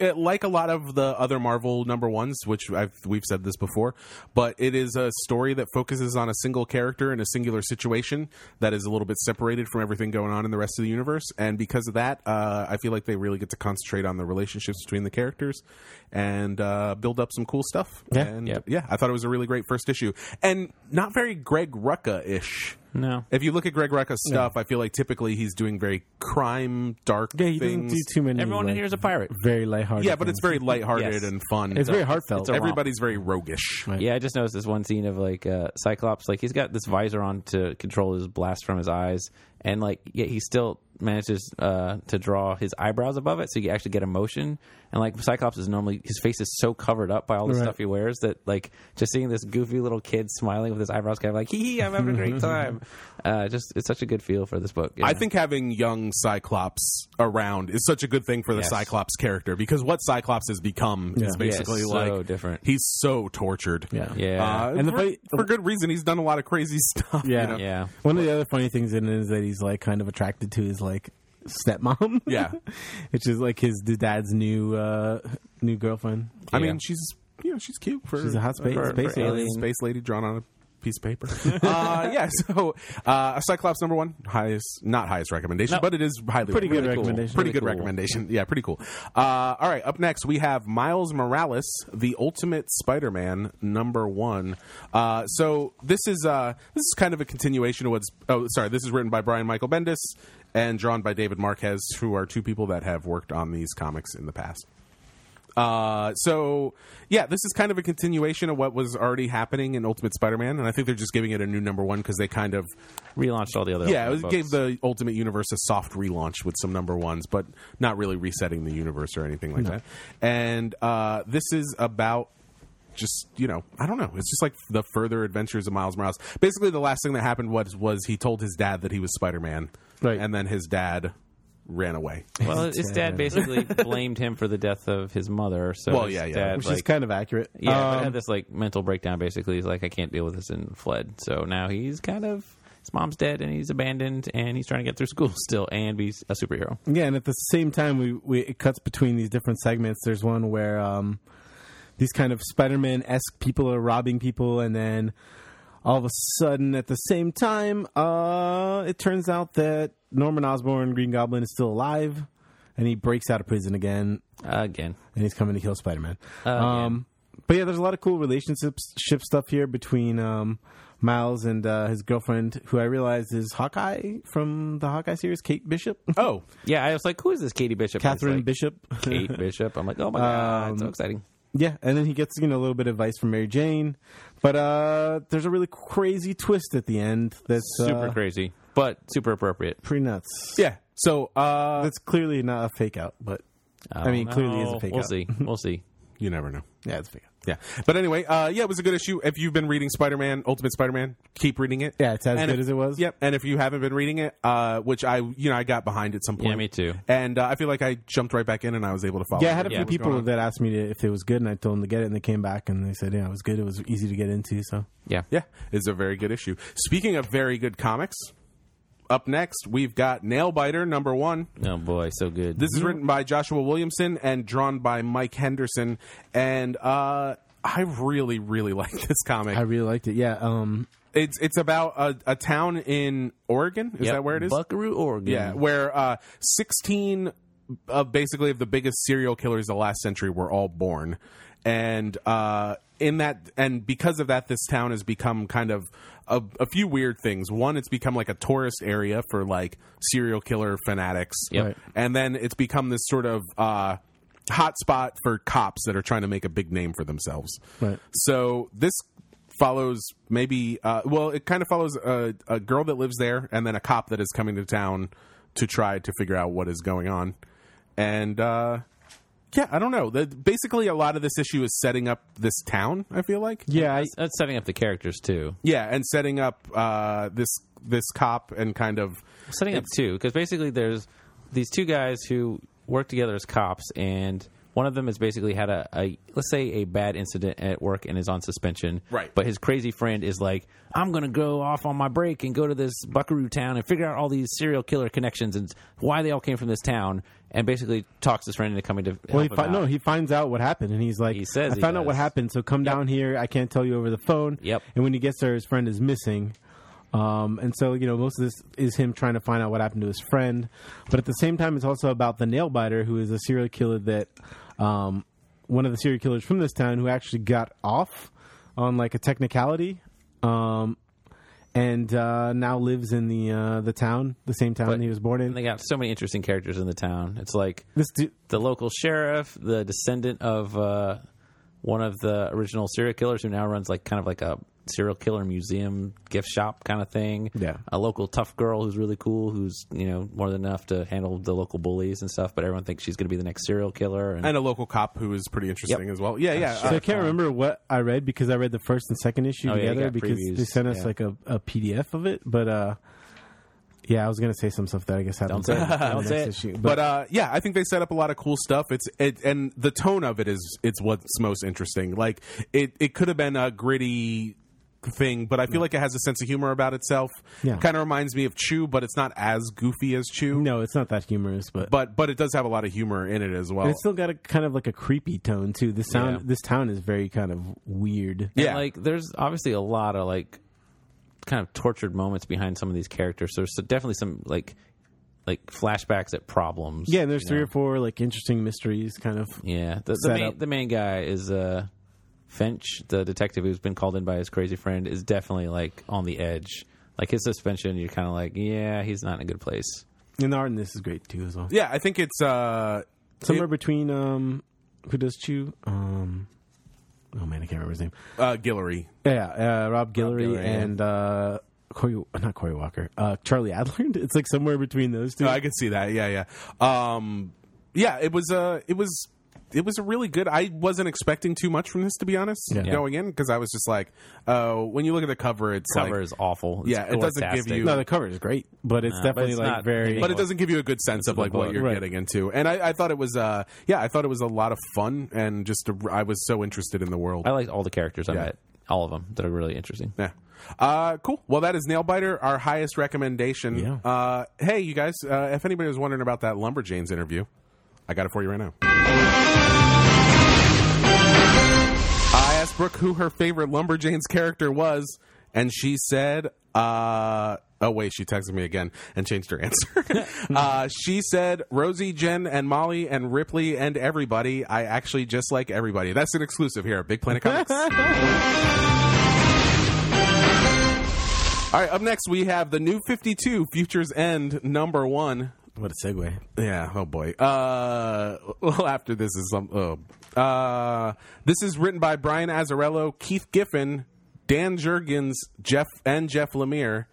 it, like a lot of the other Marvel number ones, which I've, we've said this before, but it is a story that focuses on a single character in a singular situation that is a little bit separated from everything going on in the rest of the universe. And because of that, uh, I feel like they really get to concentrate on the relationships between the characters and uh, build up some cool stuff. Yeah. and Yep. yeah, I thought it was a really great first issue and not very Greg Rucka ish. no, If you look at Greg Rucka's stuff, I feel like typically he's doing very crime, dark Yeah, he things. doesn't do too many. everyone in like, here is a pirate. very lighthearted. yeah, but it's things. very lighthearted Yes. and fun. it's very heartfelt. it's a romp. Everybody's very roguish. Right. Yeah, I just noticed this one scene of like uh, Cyclops, like he's got this visor on to control his blast from his eyes, and like yet he still manages uh, to draw his eyebrows above it, so you actually get emotion. And like Cyclops is normally his face is so covered up by all the Right. stuff he wears that like just seeing this goofy little kid smiling with his eyebrows kind of like hee hee, I'm having a great time. Uh, just it's such a good feel for this book. Yeah. I think having young Cyclops around is such a good thing for the Yes. Cyclops character because what Cyclops has become is Yeah. basically Yeah, like so different. He's so tortured. Yeah. yeah, Uh, And the for, funny- for good reason, he's done a lot of crazy stuff. you Yeah. know? yeah. One of the other funny things in it is that he's like kind of attracted to his like stepmom. Yeah. which is like his, his dad's new uh new girlfriend. I Yeah. mean, she's you know she's cute for She's a hot space, for- space for alien. alien space lady drawn on a piece of paper. uh, yeah, so uh, Cyclops number one, highest not highest recommendation, but it is highly Pretty good really cool. recommendation. Pretty Really good recommendation. Yeah, pretty cool. Uh, all right, up next we have Miles Morales, the Ultimate Spider-Man number one. Uh, so this is uh, this is kind of a continuation of what's. Oh, sorry, this is written by Brian Michael Bendis and drawn by David Marquez, who are two people that have worked on these comics in the past. Uh, so yeah, this is kind of a continuation of what was already happening in Ultimate Spider-Man, and I think they're just giving it a new number one because they kind of relaunched all the other yeah, it Ultimate was, books. gave the Ultimate Universe a soft relaunch with some number ones, but not really resetting the universe or anything like that. And uh, this is about just you know i don't know it's just like the further adventures of miles morales basically the last thing that happened was was he told his dad that he was spider-man Right. and then his dad ran away well, his dad dad. basically blamed him for the death of his mother. So Well, his yeah, yeah. dad, which is like, kind of accurate. Yeah, but Um, had this like mental breakdown. Basically, he's like, I can't deal with this, and fled. So now he's kind of his mom's dead, and he's abandoned, and he's trying to get through school still and be a superhero. yeah, and at the same time, we, we it cuts between these different segments. There's one where um these kind of Spider-Man esque people are robbing people, and then all of a sudden, at the same time, uh, it turns out that Norman Osborn, Green Goblin, is still alive, and he breaks out of prison again, Again, and he's coming to kill Spider Man. Oh, yeah. um, But yeah, there's a lot of cool relationships ship stuff here between um, Miles and uh, his girlfriend, who I realize is Hawkeye from the Hawkeye series, Kate Bishop, oh yeah. I was like, who is this Katie Bishop? And it's Catherine Um, like, Bishop. Kate Bishop. I'm like, oh my god, so exciting. yeah, and then he gets you know a little bit of advice from Mary Jane, but uh, there's a really crazy twist at the end that's Super uh, crazy, but super appropriate. pretty nuts. yeah so uh That's clearly not a fake out, but I, don't mean, clearly is know. a fake Oh, We'll out. see. We'll see. you never know Yeah, it's a fake out. Yeah, but anyway, uh, yeah, it was a good issue. If you've been reading Spider Man, Ultimate Spider Man, keep reading it. Yeah, it's as And good if- as it was. Yep. And if you haven't been reading it, uh, which I, you know, I got behind at some point. Yeah, me too. And uh, I feel like I jumped right back in, and I was able to follow. Yeah, I had a what few was going people on. that asked me to, if it was good, and I told them to get it, and they came back and they said, "Yeah, it was good. It was easy to get into." So Yeah. Yeah, it's a very good issue. Speaking of very good comics, up next we've got Nailbiter number one. Oh boy, so good. This is Mm-hmm. written by Joshua Williamson and drawn by Mike Henderson, and uh, I really, really like this comic. I really liked it. Yeah, um, It's it's about a, a town in Oregon. Is that where it is? Buckaroo, Oregon. Yeah, where uh, 16 of basically of the biggest serial killers of the last century were all born, and uh, in that and because of that, this town has become kind of a, a few weird things. One, it's become like a tourist area for like serial killer fanatics, Yep. Right. and then it's become this sort of uh, hotspot for cops that are trying to make a big name for themselves. Right. So this follows maybe uh, well, it kind of follows a, a girl that lives there and then a cop that is coming to town to try to figure out what is going on. And uh, yeah, I don't know. The, basically, a lot of this issue is setting up this town. I feel like Yeah, I, That's setting up the characters too. yeah, and setting up uh, this this cop and kind of setting up two because basically there's these two guys who work together as cops and one of them has basically had a, a let's say a bad incident at work and is on suspension Right. but his crazy friend is like i'm gonna go off on my break and go to this buckaroo town and figure out all these serial killer connections and why they all came from this town and basically talks his friend into coming to help well, he him fi- out. no, he finds out what happened, and he's like, He says I he found out what does. happened, so come down here. I can't tell you over the phone." Yep. And when he gets there, his friend is missing. Um, and so you know, most of this is him trying to find out what happened to his friend, but at the same time, it's also about the nail biter, who is a serial killer that um, one of the serial killers from this town who actually got off on like a technicality. Um, and uh, now lives in the uh, the town, the same town he was born in. and they got so many interesting characters in the town it's like this dude, the local sheriff, the descendant of uh, one of the original serial killers who now runs like kind of like a serial killer museum gift shop kind of thing. Yeah. A local tough girl who's really cool, who's, you know, more than enough to handle the local bullies and stuff, but everyone thinks she's going to be the next serial killer. And, and a local cop who is pretty interesting as well. Yeah, yeah. So uh, I can't remember what I read because I read the first and second issue Oh, yeah, you together got because previews, they sent us yeah. like a, a PDF of it. But uh, yeah, I was gonna say some stuff that I guess happened. Don't say it. in the Don't next say it. issue, but But, uh, yeah, I think they set up a lot of cool stuff. It's it, and the tone of it is it's what's most interesting. Like it, it could have been a gritty thing, but I feel like it has a sense of humor about itself. Yeah. kind of reminds me of Chew, but it's not as goofy as Chew. no, it's not that humorous. But, but but it does have a lot of humor in it as well. and it's still got a kind of like a creepy tone too. This sound, Yeah. this town is very kind of weird. Yeah. and, like, there's obviously a lot of like kind of tortured moments behind some of these characters. So there's definitely some like, like flashbacks at problems. Yeah, and there's you three know? or four like interesting mysteries, kind of. Yeah, the, the set main up. the main guy is uh, Finch, the detective who's been called in by his crazy friend, is definitely like on the edge. Like his suspension, you're kind of like, yeah, he's not in a good place. And the art in this is great too as well. yeah, I think it's uh, Somewhere between um, who does Chew? Um, oh man, I can't remember his name. uh, Guillory. Yeah, uh, Rob Guillory Guillory, yeah. and uh, Corey, not Corey Walker, uh, Charlie Adler. It's like somewhere between those two. No, I could see that. Yeah, yeah. Um, yeah, it was uh, it was it was a really good. I wasn't expecting too much from this to be honest Yeah. going in because I was just like, uh, when you look at the cover, it's Cover like- is awful. It's Yeah, it doesn't give gore-tastic. you- no, the cover is great, but it's definitely it's like not- very. but it doesn't give you a good sense of like what you're Right. getting into. And I, I thought it was, uh, yeah, I thought it was a lot of fun and just a, I was so interested in the world. I liked all the characters I Yeah. met, all of them that are really interesting. Yeah. Uh, cool. Well, that is Nailbiter, our highest recommendation. Yeah. Uh, hey, you guys, uh, if anybody was wondering about that Lumberjanes interview, I got it for you right now. I asked Brooke who her favorite Lumberjanes character was, and she said, uh, oh, wait, she texted me again and changed her answer. uh, she said, Rosie, Jen, and Molly, and Ripley, and everybody. I actually just like everybody. That's an exclusive here at Big Planet Comics. All right, up next we have the new 52 Futures End number 1. what a segue! Yeah, oh boy. Uh well after this is some oh. Uh this is written by Brian Azarello, Keith Giffen, Dan Jurgens, Jeff and Jeff Lemire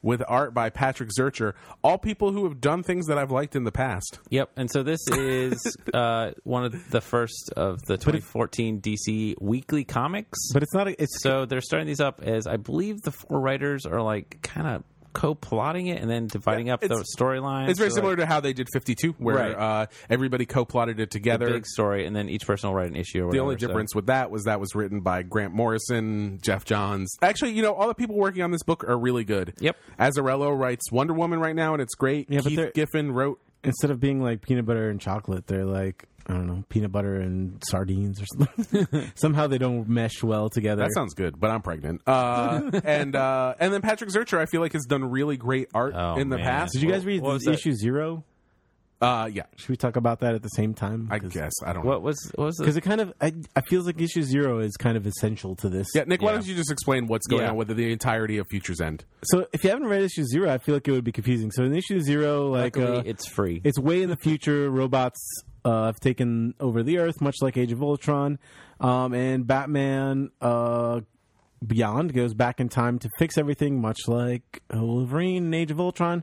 with art by Patrick Zercher. All people who have done things that I've liked in the past. Yep. And so this is uh, one of the first of the 2014 DC weekly comics. But it's not. A, it's So they're starting these up as I believe the four writers are like kind of co-plotting it and then dividing up the it's- storyline. It's very So, like, similar to how they did 52 where Right. uh everybody co-plotted it together. big story, and then each person will write an issue. Or The whatever, only so- difference with that was that was written by Grant Morrison, Jeff Johns. Actually, you know, all the people working on this book are really good. Yep. Azarello writes Wonder Woman right now, and it's great. Yeah, but Keith they're- Giffen wrote. instead of being like peanut butter and chocolate, they're like I don't know, peanut butter and sardines or something. Somehow they don't mesh well together. That sounds good, but I'm pregnant. Uh, and uh, and then Patrick Zercher, I feel like has done really great art Oh, in the man. past. Did you guys What- read what was that? issue zero? Uh, yeah, Should we talk about that at the same time? I guess I don't. know. What was what was the Because it kind of, I, I feels like issue zero is kind of essential to this. Yeah, Nick, why Yeah. don't you just explain what's going Yeah. on with the entirety of Futures End? So if you haven't read issue zero, I feel like it would be confusing. So in issue zero, like Luckily, uh, it's free. it's way in the future. Robots uh, have taken over the Earth, much like Age of Ultron, um, and Batman uh, Beyond goes back in time to fix everything, much like Wolverine in Age of Ultron.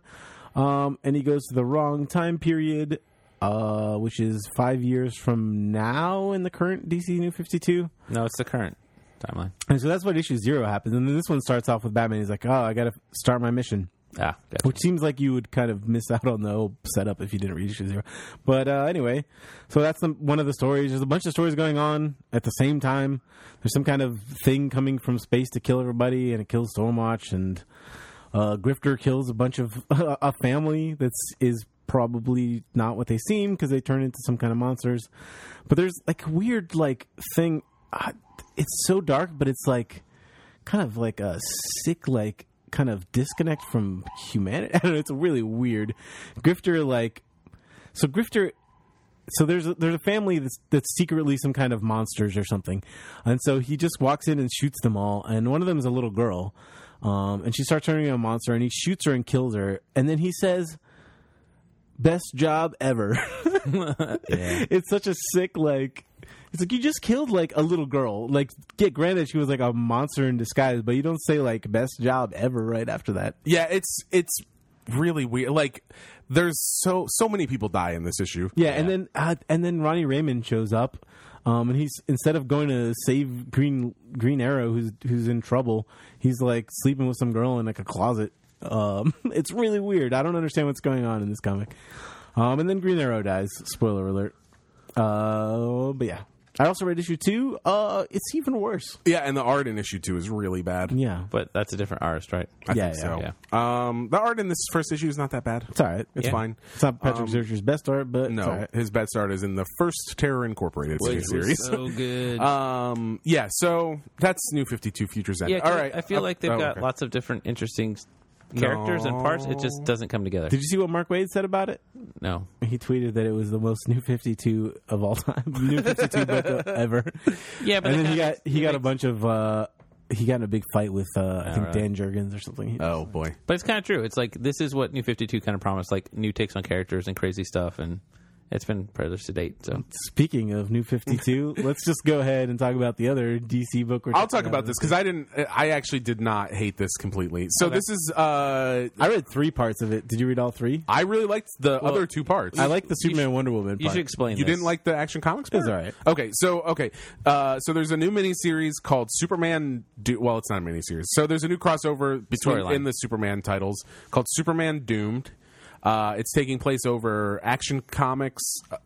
Um, and he goes to the wrong time period, uh, which is five years from now in the current DC New Fifty Two. no, it's the current timeline. And so that's what issue zero happens. And then this one starts off with Batman. He's like, "Oh, I got to start my mission." Ah, gotcha. which seems like you would kind of miss out on the whole setup if you didn't read issue zero. But uh, anyway, so that's the, one of the stories. There's a bunch of stories going on at the same time. There's some kind of thing coming from space to kill everybody, and it kills Stormwatch, and uh, Grifter kills a bunch of a family that's is probably not what they seem because they turn into some kind of monsters. But there's like a weird like thing. Uh, it's so dark, but it's like kind of like a sick like kind of disconnect from humanity. I don't know. It's really weird. Grifter like so Grifter. So there's a, there's a family that's that's secretly some kind of monsters or something, and so he just walks in and shoots them all. And one of them is a little girl, um, and she starts turning into a monster, and he shoots her and kills her. And then he says, "Best job ever." it's such a sick like it's like you just killed like a little girl like get granted she was like a monster in disguise but you don't say like best job ever right after that Yeah, it's it's really weird. Like, there's so so many people die in this issue. yeah, and then uh, and then ronnie raymond shows up um, and he's instead of going to save green green arrow who's who's in trouble he's like sleeping with some girl in like a closet um, it's really weird i don't understand what's going on in this comic um, and then green arrow dies spoiler alert uh, but yeah i also read issue two uh, it's even worse Yeah, and the art in issue two is really bad. yeah but that's a different artist, right? I Yeah, think yeah, so. Um, the art in this first issue is not that bad. It's all right. It's It's, fine. it's not Patrick Zircher's best art, but Um, No, it's all right. his best art is in the first Terror Incorporated series. so good. um, yeah, so that's New Fifty Two Futures End. yeah, All right, I feel Uh, like they've oh, got okay. lots of different interesting s- characters and parts. It just doesn't come together. Did you see what Mark Wade said about it? no, He tweeted that it was the most new 52 of all time, new 52 book of- ever. yeah, but and then that he got kinda he got a makes- bunch of uh, he got in a big fight with uh, I think really? Dan Jurgens or something. Oh boy, But it's kind of true. It's like this is what New Fifty Two kind of promised, like new takes on characters and crazy stuff, and it's been pretty to date. So Speaking of new 52, let's just go ahead and talk about the other DC book. We're I'll talking talk about this because I didn't. I actually did not hate this completely. So this is. uh I read three parts of it. Did you read all three? I really liked the other two parts. I like the Superman Wonder Woman. you Part. should explain. You this. didn't like the Action Comics? It's part? all right. Okay, so okay, uh, so there's a new miniseries called Superman. Do- well, it's not a miniseries. So there's a new crossover between Storyline. in the Superman titles called Superman Doomed. Uh, it's taking place over Action Comics,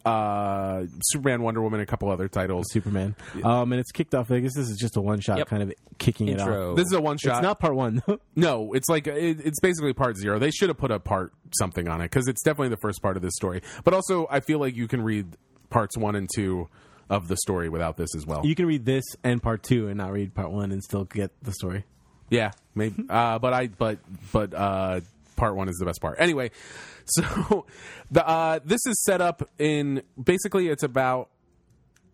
uh, Superman, Wonder Woman, and a couple other titles. Superman, um, and it's kicked off. I guess this is just a one shot Yep. kind of kicking it off. intro. This is a one shot. It's not part one. though. No, it's like it, it's basically part zero. They should have put a part something on it because it's definitely the first part of this story. But also, I feel like you can read parts one and two of the story without this as well. you can read this and part two and not read part one and still get the story. Yeah, maybe. uh, but I but but uh, part one is the best part. Anyway, so the uh, this is set up in basically it's about.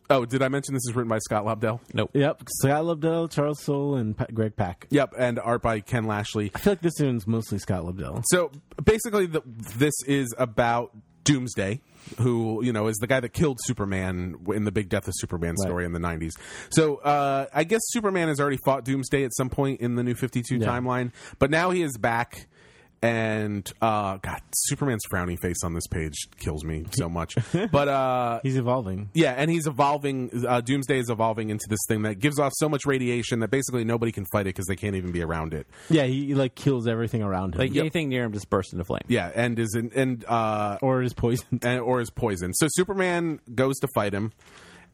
Oh, did I mention this is written by Scott Lobdell? Nope. Yep. Scott Lobdell, Charles Soule, and pa- Greg Pack. Yep, and art by Ken Lashley. I feel like this one's mostly Scott Lobdell. So basically, the, this is about Doomsday, who you know is the guy that killed Superman in the Big Death of Superman story in the '90s. So uh, I guess Superman has already fought Doomsday at some point in the New Fifty Two timeline, but now he is back. And uh, God, Superman's frowny face on this page kills me so much. but uh, He's evolving. yeah, and he's evolving. Uh, Doomsday is evolving into this thing that gives off so much radiation that basically nobody can fight it because they can't even be around it. Yeah, he, he, like kills everything around him. Like anything near him just burst into flame. Yeah, and is in, and uh, or is poisoned. and, or is poisoned. So Superman goes to fight him.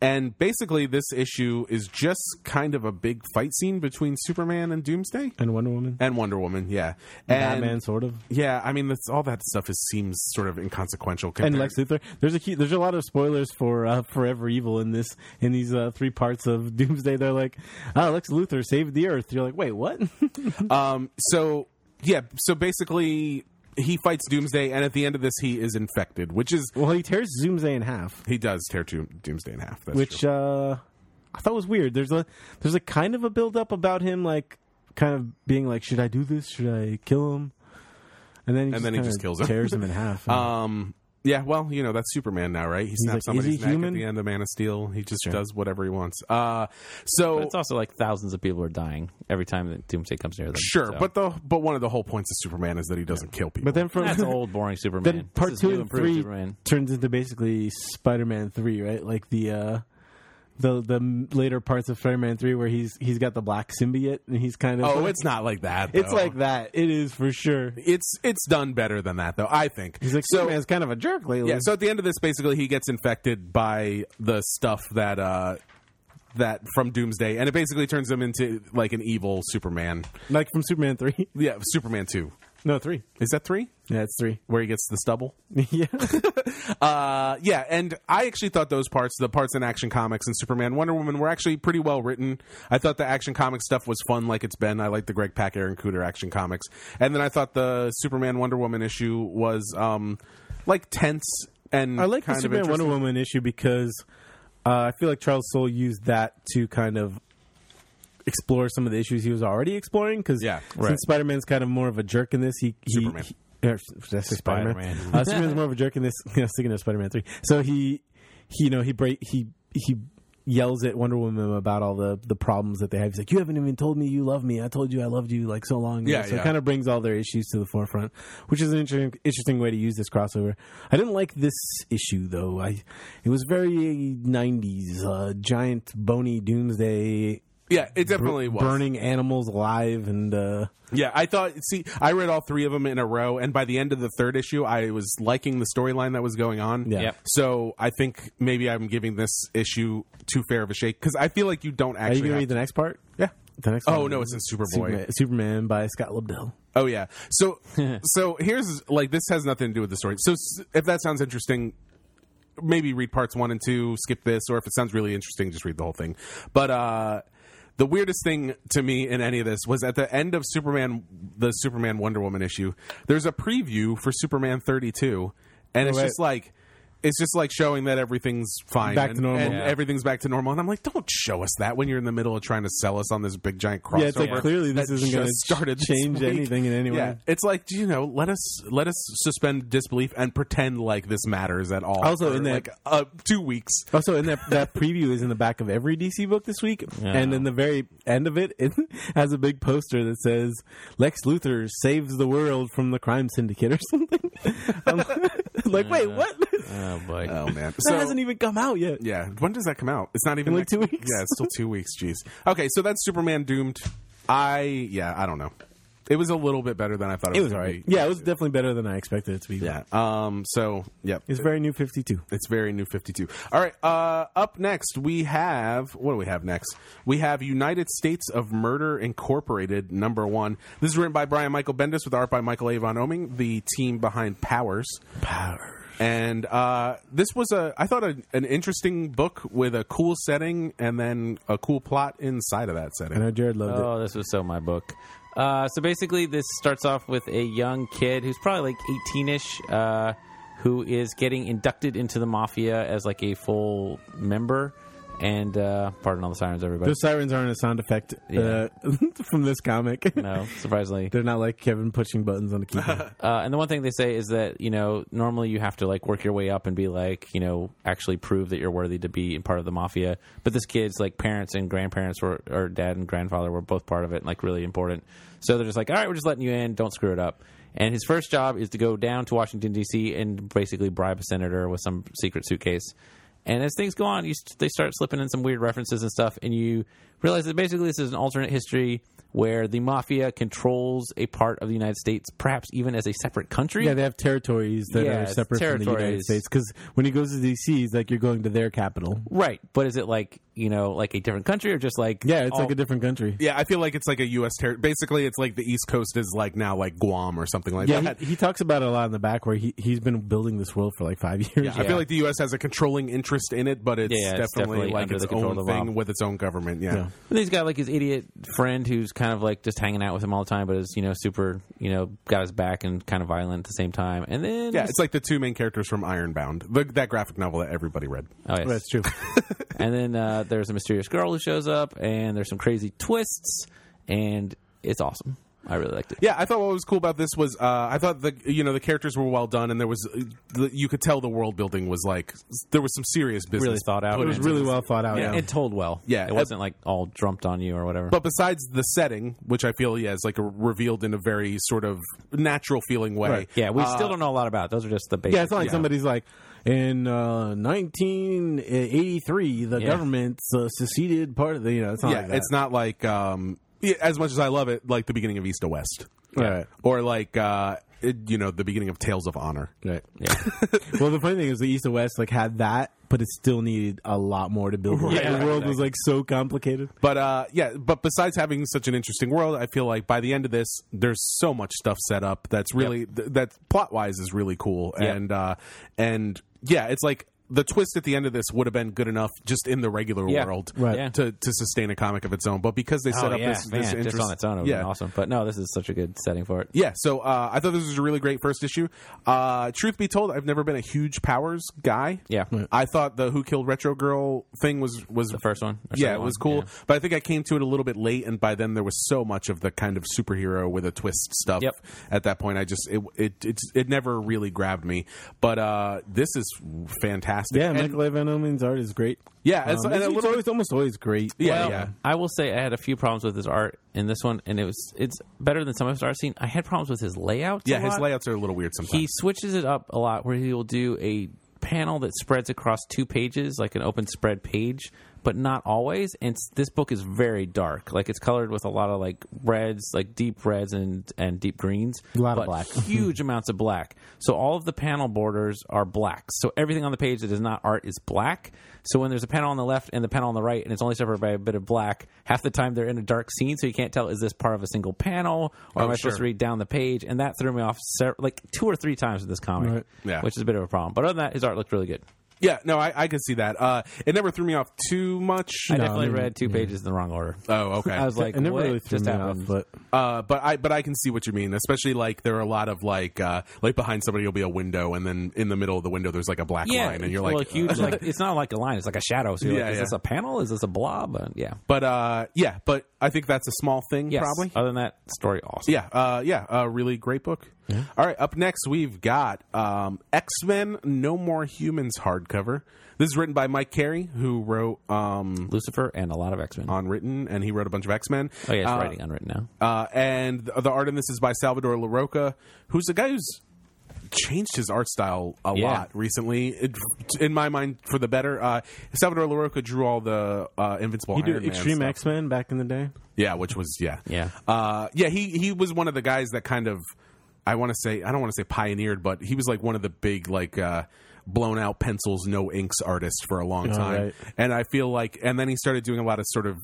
And basically, this issue is just kind of a big fight scene between Superman and Doomsday And Wonder Woman. and Wonder Woman. Yeah. And Batman, sort of. Yeah. I mean, that's all that stuff is, seems sort of inconsequential. And compared- Lex Luthor. There's a key, there's a lot of spoilers for uh, Forever Evil in this in these uh, three parts of Doomsday. They're like, oh, Lex Luthor saved the Earth. You're like, wait, what? Um, so yeah, so basically he fights Doomsday, and at the end of this, he is infected, which is Well, he tears Doomsday in half, he does tear Doom, Doomsday in half. That's which true. uh, I thought was weird. There's a there's a kind of a build up about him, like kind of being like, should I do this? Should I kill him? And then he just, then he kinda just kills him. tears him in half. um, yeah, well, you know that's Superman now, right? He snaps like, is somebody's he neck human? at the end of Man of Steel. He just does whatever he wants. Uh, so It's also like thousands of people are dying every time that Doomsday comes near them. sure, so. but the but one of the whole points of Superman is that he doesn't kill people. but then from that's old, boring Superman. then part This is two new, and improved three Superman. turns into basically Spider-Man three, right? Like the uh, the the m- later parts of Spider-Man three where he's he's got the black symbiote and he's kind of oh, it's not like that. it's though. like that. It is for sure. it's it's done better than that though. I think He's like so. Superman's kind of a jerk lately. Yeah, so at the end of this, basically, he gets infected by the stuff that uh, that from Doomsday, and it basically turns him into like an evil Superman. like from Superman three, Yeah, Superman two. no three. Is that three? Yeah, it's three. Where he gets the stubble? yeah, Uh, yeah, and I actually thought those parts, the parts in Action Comics and Superman, Wonder Woman, were actually pretty well written. I thought the Action Comics stuff was fun, like it's been. I like the Greg Pak, Aaron Cooter Action Comics, and then I thought the Superman Wonder Woman issue was um, like tense and I like the kind of Superman Wonder interesting. Woman issue because uh, I feel like Charles Soule used that to kind of explore some of the issues he was already exploring. Because Yeah, right. since Spider Man's kind of more of a jerk in this, he, he Superman. he- er, that's Spider Man. Spider-Man. Uh, Superman's more of a jerk in this. I was thinking of Spider Man three. So he, he, you know, he break he he yells at Wonder Woman about all the the problems that they have. He's like, "You haven't even told me you love me. I told you I loved you like so long ago." Yeah, so yeah. it kind of brings all their issues to the forefront, which is an interesting interesting way to use this crossover. I didn't like this issue though. I it was very '90s, uh, giant bony doomsday. Yeah, it definitely was Burning animals alive, and uh, Yeah, I thought. See, I read all three of them in a row, and by the end of the third issue, I was liking the storyline that was going on. Yeah. Yep. So I think maybe I'm giving this issue too fair of a shake because I feel like you don't are you actually. gonna have read the next part? Yeah. The next Oh one no, it's is in Superboy. Superman, Superman by Scott Lobdell. Oh yeah. So so here's like this has nothing to do with the story. So s- if that sounds interesting, maybe read parts 1 and 2, skip this or if it sounds really interesting just read the whole thing. But uh the weirdest thing to me in any of this was at the end of Superman the Superman Wonder Woman issue, there's a preview for Superman 32 and it's right. just like it's just like showing that everything's fine Back to and, normal. and Yeah. everything's back to normal and I'm like don't show us that when you're in the middle of trying to sell us on this big giant crossover Yeah, it's like clearly this that isn't going just to started this change week. anything in any Yeah, way. it's like you know, let us let us suspend disbelief and pretend like this matters at all. Also for, in that- like uh, two weeks. Also, in that that preview is in the back of every DC book this week, and in the very end of it, it has a big poster that says "Lex Luthor saves the world from the crime syndicate" or something. I'm like, wait, what? Oh boy. Oh man, that hasn't even come out yet. yeah. When does that come out? It's not even In, like, next two week. weeks? Yeah, it's still two weeks. Jeez. Okay, so that's Superman doomed. I yeah, I don't know. It was a little bit better than I thought. It, It was gonna alright. be. Yeah, it was definitely better than I expected it to be. Yeah. Um. So yeah, it's very new Fifty Two. It's very new 52. All right. Uh, up next, we have what do we have next? We have United States of Murder Incorporated, number one. This is written by Brian Michael Bendis with art by Michael Avon Oming, the team behind Powers. Power. And uh, this was a, I thought, a, an interesting book with a cool setting and then a cool plot inside of that I setting. know Jared loved it. Oh, this was so my book. Uh, so basically, this starts off with a young kid who's probably like 18 ish, uh, who is getting inducted into the mafia as like a full member. And uh, pardon all the sirens, everybody. Those sirens aren't a sound effect uh, from this comic. no, surprisingly. They're not like Kevin pushing buttons on a keyboard. Uh, and the one thing they say is that you know normally you have to like work your way up and be like you know actually prove that you're worthy to be part of the mafia. But this kid's like parents and grandparents were or dad and grandfather were both part of it, and, like really important. So they're just like, all right, we're just letting you in. Don't screw it up. And his first job is to go down to Washington D.C. and basically bribe a senator with some secret suitcase. And as things go on, you, st- they start slipping in some weird references and stuff, and you realize that basically this is an alternate history where the mafia controls a part of the United States, perhaps even as a separate country. Yeah, they have territories that Yeah, are it's separate from the United territories. States. Because when he goes to DC, he's like, you're going to their capital. right. But is it like you know, like a different country or just like oh, Yeah, it's all- like a different country. Yeah, I feel like it's like a U.S. territory. Basically, it's like the East Coast is like now like Guam or something like Yeah, that. he, he talks about it a lot in the back where he he's been building this world for like five years. I feel like the U.S. has a controlling interest in it, but it's, Yeah, definitely, it's definitely like under its the control own of the thing mob. with its own government. Yeah. Yeah. And he's got like his idiot friend who's kind of like just hanging out with him all the time, but is you know super you know got his back and kind of violent at the same time. And then Yeah, it's like the two main characters from Ironbound, the, that graphic novel that everybody read. oh, yes. That's true. and then uh, there's a mysterious girl who shows up, and there's some crazy twists, and it's awesome. I really liked it. Yeah, I thought what was cool about this was uh, I thought the you know the characters were well done, and there was you could tell the world building was like there was some serious business Really thought out. put it was into really this. well thought out. Yeah. It told well. Yeah. it wasn't like all drumped on you or whatever. But besides the setting, which I feel yeah is like a, revealed in a very sort of natural feeling way. Right. yeah, we Uh, still don't know a lot about. It. Those are just the basics. Yeah, it's not like somebody's like in uh, 1983 the Yeah. government's uh, seceded part of the you know it's not yeah, like that. it's not like um, yeah, as much as I love it, like the beginning of East to West, Right. or like uh, it, you know the beginning of Tales of Honor. Right. well, the funny thing is, the East and West like had that, but it still needed a lot more to build. Right. Yeah, the world was like so complicated. But uh, yeah, but besides having such an interesting world, I feel like by the end of this, there's so much stuff set up that's really th- that plot wise is really cool, Yep. and uh, and yeah, it's like the twist at the end of this would have been good enough just in the regular Yeah. world Right. Yeah. to to sustain a comic of its own. But because they set Oh, up yeah, this, man, this interest, just on its own, it would yeah, been awesome. But no, this is such a good setting for it. yeah, so uh, I thought this was a really great first issue. Uh, truth be told, I've never been a huge Powers guy. Yeah. Right. I thought the Who Killed Retro Girl thing was was the first one, or Yeah, second it was one, cool, yeah. but I think I came to it a little bit late, and by then there was so much of the kind of superhero with a twist stuff. Yep. At that point, I just it it it's, it never really grabbed me. But uh, this is fantastic. Yeah, And- Michael Van Omen's art is great. yeah, Um, it's, and a it's little always almost always great. yeah, Well, yeah. I will say I had a few problems with his art in this one, and it was it's better than some of his art seen. I had problems with his layout. Yeah, his layout. layouts are a little weird sometimes. he switches it up a lot where he will do a panel that spreads across two pages like an open spread page but not always and s- this book is very dark like it's colored with a lot of like reds like deep reds and and deep greens A lot of but black. huge amounts of black so all of the panel borders are black so everything on the page that is not art is black so when there's a panel on the left and the panel on the right and it's only separated by a bit of black half the time they're in a dark scene so you can't tell is this part of a single panel Oh, or am i sure. supposed to read down the page and that threw me off ser- like two or three times in this comic Right. Yeah. which is a bit of a problem but other than that his art looked really good yeah, no, I, I could see that. Uh, it never threw me off too much. i definitely mean, read two pages in the wrong order oh, okay. i was like it never what really threw just me off, happened but Uh, but I but I can see what you mean, especially like there are a lot of like uh, like behind somebody will be a window, and then in the middle of the window there's like a black yeah, line, and you're like, uh, well, huge. like it's not like a line; it's like a shadow. So you're Yeah, like, is yeah. this a panel? Is this a blob? Uh, yeah, but uh, yeah, but I think that's a small thing, Yes. probably. Other than that, story awesome. Yeah, uh, yeah, a really great book. All right, up next we've got um, X Men: No More Humans hardcover. This is written by Mike Carey, who wrote um, Lucifer and a lot of X Men. Unwritten, and he wrote a bunch of X Men. oh yeah, it's writing unwritten now. Uh, and the, the art in this is by Salvador LaRocca, who's a guy who's changed his art style a Yeah. lot recently. It, in my mind, for the better. Uh, Salvador LaRocca drew all the uh, Invincible. he Iron did Man Extreme stuff. X Men back in the day. Yeah, which was yeah, Yeah. uh, yeah. He he was one of the guys that kind of I want to say I don't want to say pioneered, but he was like one of the big like. Uh, blown out pencils no inks artist for a long Oh, time right. and i feel like and then he started doing a lot of sort of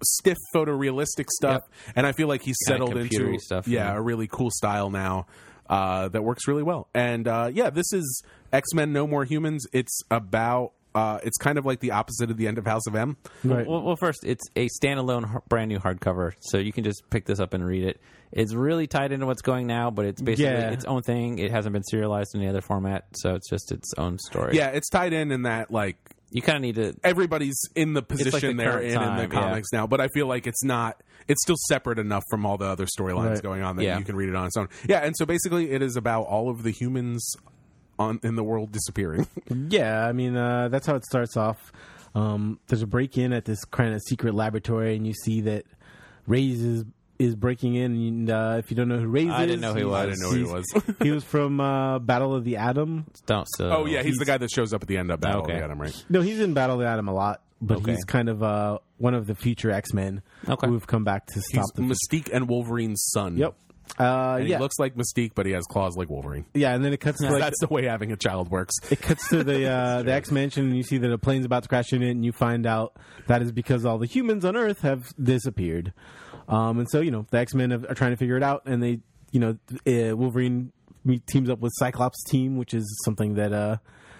stiff photorealistic stuff and i feel like he's Kinda settled into computery stuff, yeah, yeah. a really cool style now uh, that works really well. And uh, yeah, this is X Men: No More Humans. It's about uh, it's kind of like the opposite of the end of House of M. Right. Well, well, first, it's a standalone, har- brand new hardcover, so you can just pick this up and read it. It's really tied into what's going now, but it's basically Yeah. its own thing. It hasn't been serialized in any other format, so it's just its own story. Yeah, it's tied in in that like you kind of need to. everybody's in the the position they're current in in the time, yeah. comics now. But I feel like it's not it's still separate enough from all the other storylines Right. going on that Yeah. you can read it on its own. Yeah, and so basically, it is about all of the humans. On, in the world disappearing. Yeah, I mean uh, that's how it starts off. Um, there's a break in at this kind of secret laboratory, and you see that Ray's is, is breaking in. And uh, if you don't know who Ray's is, I didn't know who he he's- was. I didn't know who he he's- was. he was from uh, Battle of the Atom. Don't. So, oh yeah, he's, the guy that shows up at the end of Battle Okay. of the Atom, right? No, he's in Battle of the Atom a lot, but Okay. he's kind of uh, one of the future X Men Okay. who've come back to stop He's the. Mystique and Wolverine's son. Yep. Uh, And yeah, He looks like Mystique, but he has claws like Wolverine. yeah, and then it cuts to like That's the way having a child works. it cuts to the uh, the X mansion, and you see that a plane's about to crash in it, and you find out that is because all the humans on Earth have disappeared. Um, and so you know the X Men are trying to figure it out, and they you know uh, Wolverine me- teams up with Cyclops' team, which is something that uh,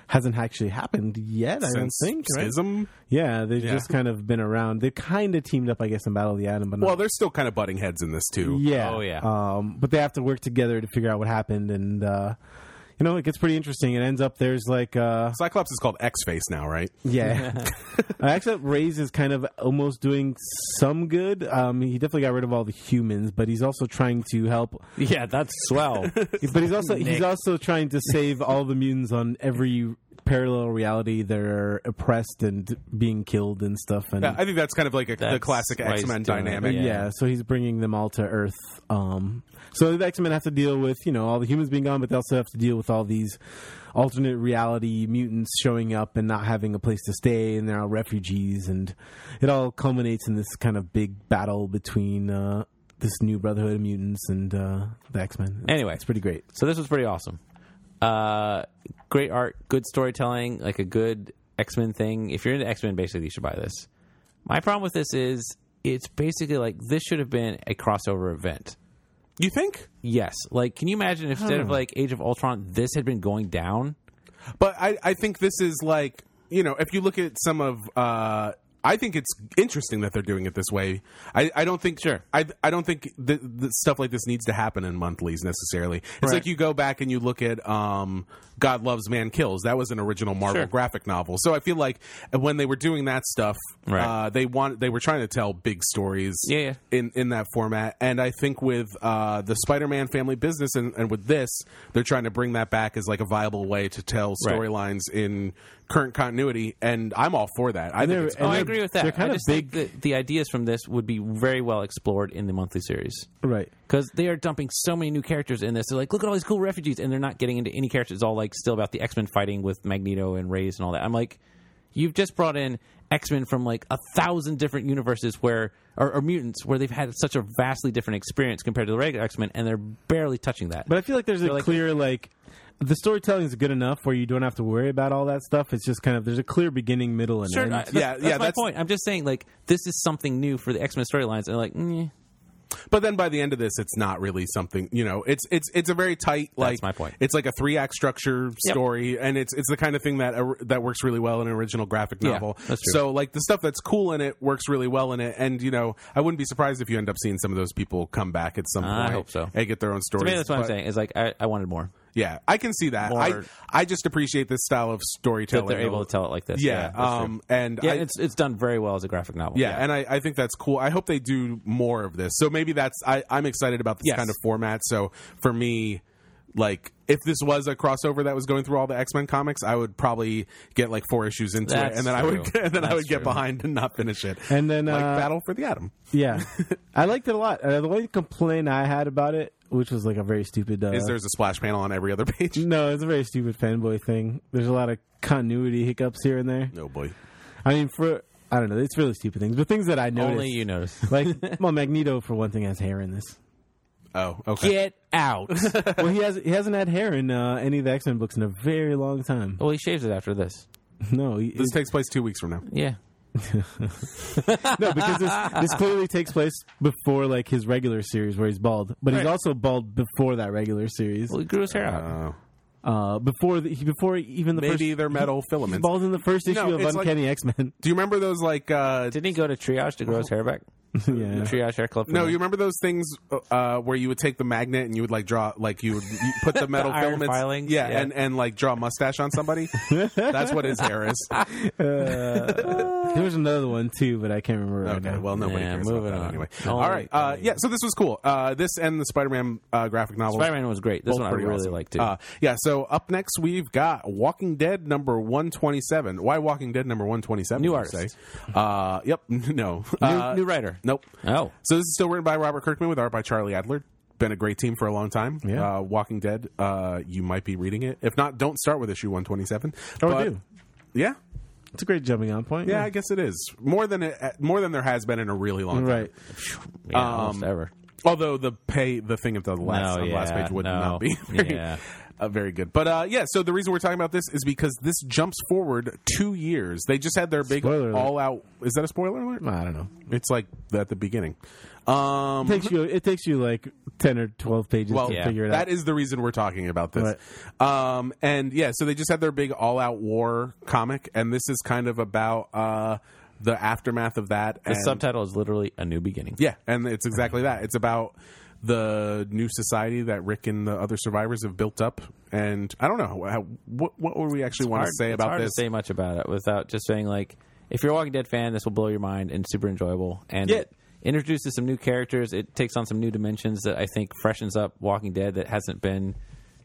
hasn't actually happened yet. I don't Since think. right? Hmm. Schism. Yeah, they've Yeah. just kind of been around. They kind of teamed up, I guess, in Battle of the Atom, but not Well, they're still kind of butting heads in this too. yeah. Oh, yeah. Um, but they have to work together to figure out what happened, and uh, you know it gets pretty interesting. It ends up there's like uh, Cyclops is called X Face now, right? yeah. uh, except Ray's is kind of almost doing some good. Um, he definitely got rid of all the humans, but he's also trying to help. Yeah, that's swell. But he's also he's Nick. also trying to save all the mutants on every parallel reality. They're oppressed and being killed and stuff. And Yeah, I think that's kind of like a, the That's classic why he's X Men doing it, dynamic. yeah. so he's bringing them all to Earth. Um, so the X Men have to deal with you know all the humans being gone, but they also have to deal with all these alternate reality mutants showing up and not having a place to stay, and they're all refugees, and it all culminates in this kind of big battle between uh, this new Brotherhood of Mutants and uh, the X Men. Anyway. it's pretty great. So this was pretty awesome. Uh, great art, good storytelling, like a good X Men thing. If you're into X Men, basically, you should buy this. My problem with this is it's basically like this should have been a crossover event. You think? Yes, like can you imagine if instead of like Age of Ultron, this had been going down? But I, I think this is like you know if you look at some of uh, I think it's interesting that they're doing it this way. I, I don't think sure I I don't think th th stuff like this needs to happen in monthlies necessarily. It's like you go back and you look at um, God Loves Man Kills. That was an original Marvel Sure. graphic novel. So I feel like when they were doing that stuff, Right. uh, they want they were trying to tell big stories Yeah, yeah. in in that format. And I think with uh, the Spider-Man family business and, and with this, they're trying to bring that back as like a viable way to tell Right. storylines in current continuity. And I'm all for that. I think they're- it's and Oh, I they're- agree with that. they're kind I of just Think that the ideas from this would be very well explored in the monthly series Right. because they are dumping so many new characters in this. They're like, look at all these cool refugees, and they're not getting into any characters. It's all like still about the X Men fighting with Magneto and Reyes and all that. I'm like, you've just brought in X Men from like a thousand different universes where or, or mutants where they've had such a vastly different experience compared to the regular X Men, and they're barely touching that. But I feel like there's a like- clear like the storytelling is good enough where you don't have to worry about all that stuff. It's just kind of there's a clear beginning, middle, and Sure, end. I- that's, yeah, that's yeah, my that's- point. I'm just saying, like, this is something new for the X Men storylines, and like, mm, But then by the end of this, it's not really something. You know, it's it's it's a very tight like my point. It's like a three act structure story, and it's it's the kind of thing that or- that works really well in an original graphic Yeah, novel. that's true. So like the stuff that's cool in it works really well in it, and you know, I wouldn't be surprised if you end up seeing some of those people come back at some I point. hope so. and get their own stories. maybe that's what I'm But- saying. Is like, I, I wanted more. Yeah, I can see that. I More- I just appreciate this style of storytelling. That they're able to tell it like this. Yeah, that's true. um, and yeah, I, it's it's done very well as a graphic novel. yeah, and I, I think that's cool. I hope they do more of this. So maybe that's I, I'm excited about this Yes. kind of format. So for me, like if this was a crossover that was going through all the X Men comics, I would probably get like four issues into it, That's and then I would true. and then I That's would get true. behind and not finish it. And then, like uh, Battle for the Atom. Yeah, I liked it a lot. Uh, the only complaint I had about it, which was like a very stupid, uh, Is there's a splash panel on every other page? no, it's a very stupid fanboy thing. There's a lot of continuity hiccups here and there. Oh, No boy. I mean, for I don't know, it's really stupid things, but things that I noticed, Only you notice. like well, Magneto for one thing has hair in this. Oh, okay. Get out. Well, he has he hasn't had hair in uh, any of the X Men books in a very long time. well, he shaves it after this. No, he, This takes place two weeks from now. Yeah. no, because this, this clearly takes place before like his regular series where he's bald, but he's Right. also bald before that regular series. Well, he grew his hair out. Uh, Uh, before the, before even the first maybe they're metal He's filaments. bald in the first issue No, of it's like- Uncanny X Men. Do you remember those like uh, Didn't he go to triage to grow his hair back? yeah. Triage hair club. No, you remember those things uh, where you would take the magnet and you would like draw, like you would you put the metal iron filaments, filings, yeah, yeah. and and like draw a mustache on somebody. That's what his hair is. There was another one too, but I can't remember. Right Okay, now. well, nobody Yeah, cares about moving that on. anyway. Only- All right, uh, only- yeah. So this was cool. Uh, this and the Spider-Man uh, graphic novel. Spider Man was great. This both one I pretty really awesome. liked too. Uh, yeah. So up next we've got Walking Dead number one twenty seven. Why Walking Dead number one twenty seven? New Say? artist. Uh, yep. No. new, Uh, new writer. Nope. Oh. So this is still written by Robert Kirkman with art by Charlie Adler. Been a great team for a long time. Yeah. Uh, Walking Dead. Uh, you might be reading it. If not, don't start with issue one twenty seven. Oh, I do. Yeah, It's a great jumping on point. uh, yeah. I guess it is more than it, more than there has been in a really long time. Right. um, Yeah, almost ever. Although the pay the thing at the last No, on the last yeah, page would no. not be very, Yeah. uh, very good. But uh, yeah, so the reason we're talking about this is because this jumps forward two years. They just had their big Spoiler alert. all out. Is that a spoiler alert? I don't know. It's like at the beginning. Um, It takes you. It takes you like ten or twelve pages well, to yeah. figure it out. that is the reason we're talking about this. Um, and yeah, so they just had their big all out war comic, and this is kind of about uh, the aftermath of that. The and, subtitle is literally a new beginning. Yeah, and it's exactly that. It's about the new society that Rick and the other survivors have built up, and I don't know how, what what would we actually want to say It's about hard this. To say much about it without just saying like, if you're a Walking Dead fan, this will blow your mind and super enjoyable. And Yeah. it introduces some new characters. It takes on some new dimensions that I think freshens up Walking Dead that hasn't been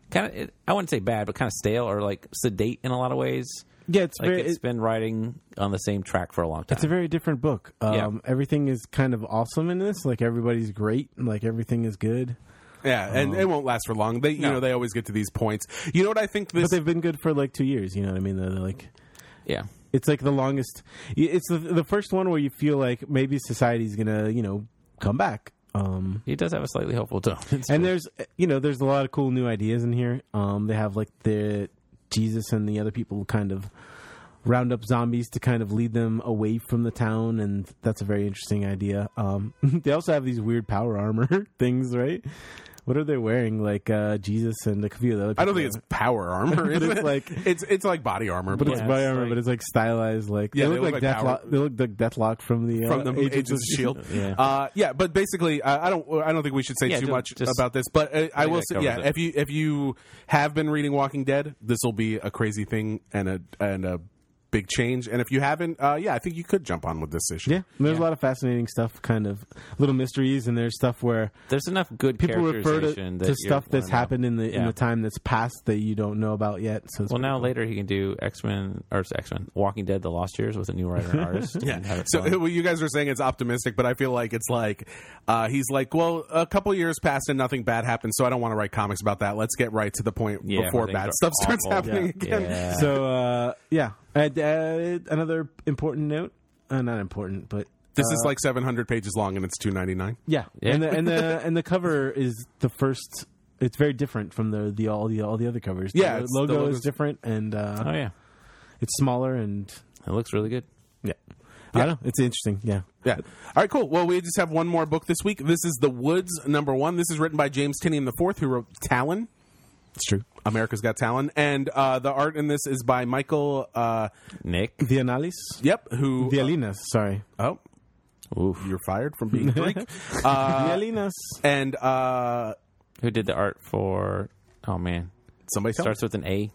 kind of I wouldn't say bad, but kind of stale or like sedate in a lot of ways. yeah, it's Like very. it's it- been riding on the same track for a long time. It's a very different book. Um, Yeah. Everything is kind of awesome in this. Like everybody's great. and, Like everything is good. Yeah, Uh-huh. and it won't last for long. They you No. know they always get to these points. You know what I think this But they've been good for like two years. You know what I mean? They're like yeah. it's like the longest. It's the, the first one where you feel like maybe society's gonna you know come back. Um, He does have a slightly hopeful tone. It's and cool. there's eh, you know there's a lot of cool new ideas in here um they have like the jesus and the other people kind of round up zombies to kind of lead them away from the town and that's a very interesting idea um they also have these weird power armor things right what are they wearing like uh jesus and a few of the other I don't think people. it's power armor. But is it's it? like- it's it's like body armor, but it's Yeah, body it's armor, like- but it's like stylized. Like Yeah, they, look like power- Deathlock. They look like Deathlock from the uh, from the Agents, of Shield. E E Yeah. Uh, yeah, but basically, I, I don't. I don't think we should say Yeah, too ju- much just- about this. But uh, I think will that say, covers yeah, it. if you if you have been reading Walking Dead, this will be a crazy thing and a and a big change. And if you haven't, uh, yeah, I think you could jump on with this issue. Yeah, And there's a lot of fascinating stuff, kind of little mysteries, and there's stuff where there's enough good people refer to, characterization that to you're stuff that's gonna know. happened in the in Yeah. the time that's passed that you don't know about yet. So it's Well, pretty now cool. later he can do X Men or X Men, Walking Dead, The Lost Years with a new writer and artist. and have Yeah. it So fun. well, you guys are saying it's optimistic, but I feel like it's like uh, he's like, well, a couple years passed and nothing bad happened, so I don't want to write comics about that. Let's get right to the point Yeah, before when things bad are stuff starts awful. happening yeah. again. So uh, yeah, and, uh, another important note. Uh, not important, but This Uh, is like 700 pages long and it's 299. yeah. Yeah. And the and the and the cover is the first. It's very different from the the all the all the other covers. Yeah, the it's- the logo logo's- is different, and uh, oh yeah, it's smaller, and it looks really good. yeah. I don't know. It's interesting. Yeah. Yeah. All right, cool. Well, we just have one more book this week. This is The Woods, number one. This is written by James Tinian IV, who wrote Talon. It's true. America's Got Talon. And uh, the art in this is by Michael, uh, Nick, The Analis. yep, who. The Alinas, sorry. oh, Oof. you're fired from being Greek. uh, the Alinas. and uh, who did the art for? Oh man, somebody tell me. starts with an A.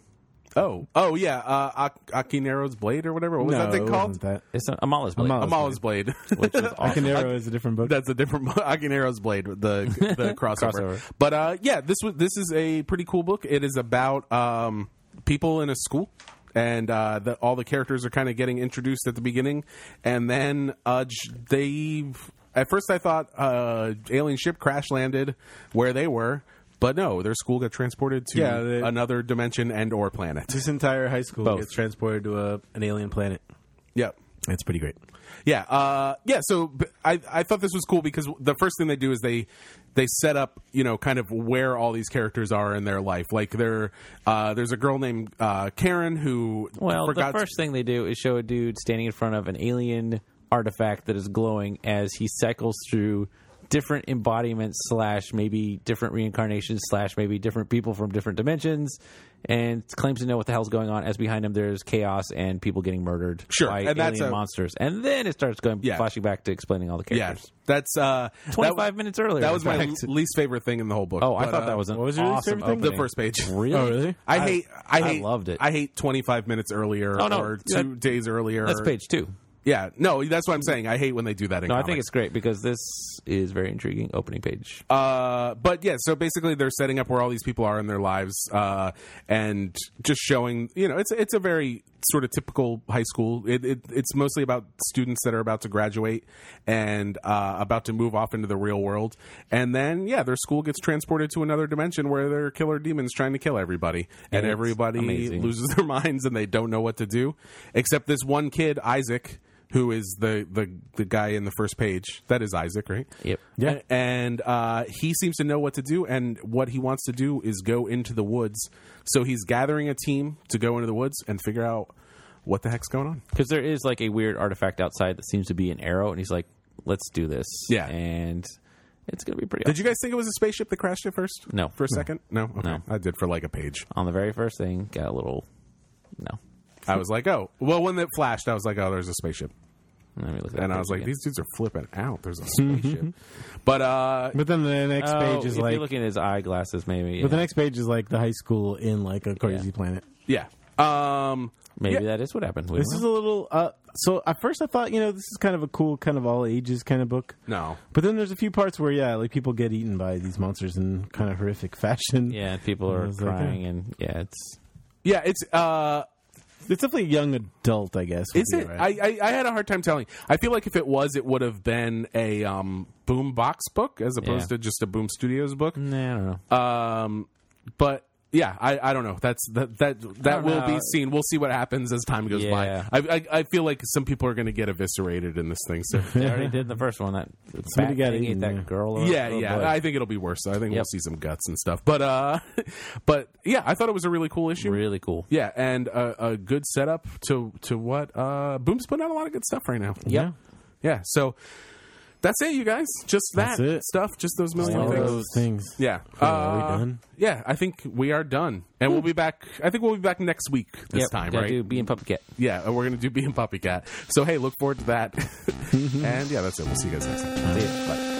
Oh, oh yeah, uh, Ak- Akinero's Blade or whatever. What was no, that thing it called? wasn't that. It's a, Amala's blade. Amala's Amala's Blade. which is awesome. Canero is a different book. That's a different Akinero's Blade, the the crossover. Crossover. But uh, yeah, this was this is a pretty cool book. It is about um, people in a school. And uh, the, all the characters are kind of getting introduced at the beginning, and then uh, j- they. At first, I thought uh, alien ship crash landed where they were, but no, their school got transported to Yeah, they- another dimension and or planet. This entire high school Both. gets transported to a, an alien planet. Yep. It's pretty great. Yeah, uh, yeah. So b- I I thought this was cool because the first thing they do is they they set up you know kind of where all these characters are in their life. Like there uh, there's a girl named uh, Karen who Well, the forgot first thing they do is show a dude standing in front of an alien artifact that is glowing as he cycles through different embodiments slash maybe different reincarnations slash maybe different people from different dimensions and claims to know what the hell's going on as behind him there's chaos and people getting murdered Sure, by and alien that's a- monsters and then it starts going Yeah. flashing back to explaining all the yeah, characters that's uh, that 25 was- minutes earlier That was in my fact. l- least favorite thing in the whole book. oh i But, thought uh, that was an what was your least awesome favorite thing? the opening. first page. really Oh, really? I hate. I, I hate, loved it. I hate twenty five minutes earlier Oh, no, or two that- days earlier. that's page two Yeah, no, that's what I'm saying. I hate when they do that. In no i comics. think it's great because this is very intriguing opening page Uh, but yeah, so basically they're setting up where all these people are in their lives, uh, and just showing you know it's it's a very sort of typical high school. It, it it's mostly about students that are about to graduate and uh, about to move off into the real world, and then yeah, their school gets transported to another dimension where there are killer demons trying to kill everybody, and it's everybody amazing. loses their minds and they don't know what to do, except this one kid Isaac. who is the, the the guy in the first page. That is Isaac, right? Yep. Yeah. A- And uh, he seems to know what to do, and what he wants to do is go into the woods. So he's gathering a team to go into the woods and figure out what the heck's going on. Because there is like a weird artifact outside that seems to be an arrow, and he's like, "Let's do this." Yeah. and it's gonna be pretty. Did you guys think it was a spaceship that crashed at first? No. For a second? No? Okay. No. I did for like a page. on the very first thing got a little no. I was like, oh. Well, when it flashed, I was like, oh, there's a spaceship. Let me look at And I that was page like, again. these dudes are flipping out. There's a spaceship. but uh, But then the next Oh, page is if like, you're looking at his eyeglasses, maybe. but the yeah. next page is like the high school in like a crazy planet. yeah. Um, maybe Yeah. that is what happened. We This don't is know. a little. Uh, so at first I thought you know this is kind of a cool kind of all ages kind of book. no. But then there's a few parts where yeah, like people get eaten by these monsters in kind of horrific fashion. yeah, people I are was like, crying, yeah. and yeah, it's Yeah, it's. uh It's definitely young adult, I guess. would Is be it? right. I, I I had a hard time telling. I feel like if it was, it would have been a um, Boom Box book as opposed Yeah. Mm. to just a Boom Studios book. nah, I don't know. Um, but yeah, I, I don't know. That's that that that don't will know. be seen. We'll see what happens as time goes Yeah. by. I, I I feel like some people are going to get eviscerated in this thing. So they already did the first one. That Somebody bat got thing ate eaten, that yeah. girl. Or, yeah, or yeah. Oh, boy. I think it'll be worse. I think we'll Yep. see some guts and stuff. But uh, but yeah, I thought it was a really cool issue. really cool. Yeah, and a, a good setup to to what uh, Boom's putting out a lot of good stuff right now. Yeah. Yeah. So that's it, you guys. Just that That's it. stuff. Just those million All One of things. those things. Yeah. Uh, are we done? Hmm. Yeah, I think we are done, and we'll be back. I think we'll be back next week this Yep, time, gotta right? Do being puppy cat. Yeah, and we're gonna do being puppy cat. So hey, look forward to that. and yeah, that's it. We'll see you guys next time. See ya. Bye.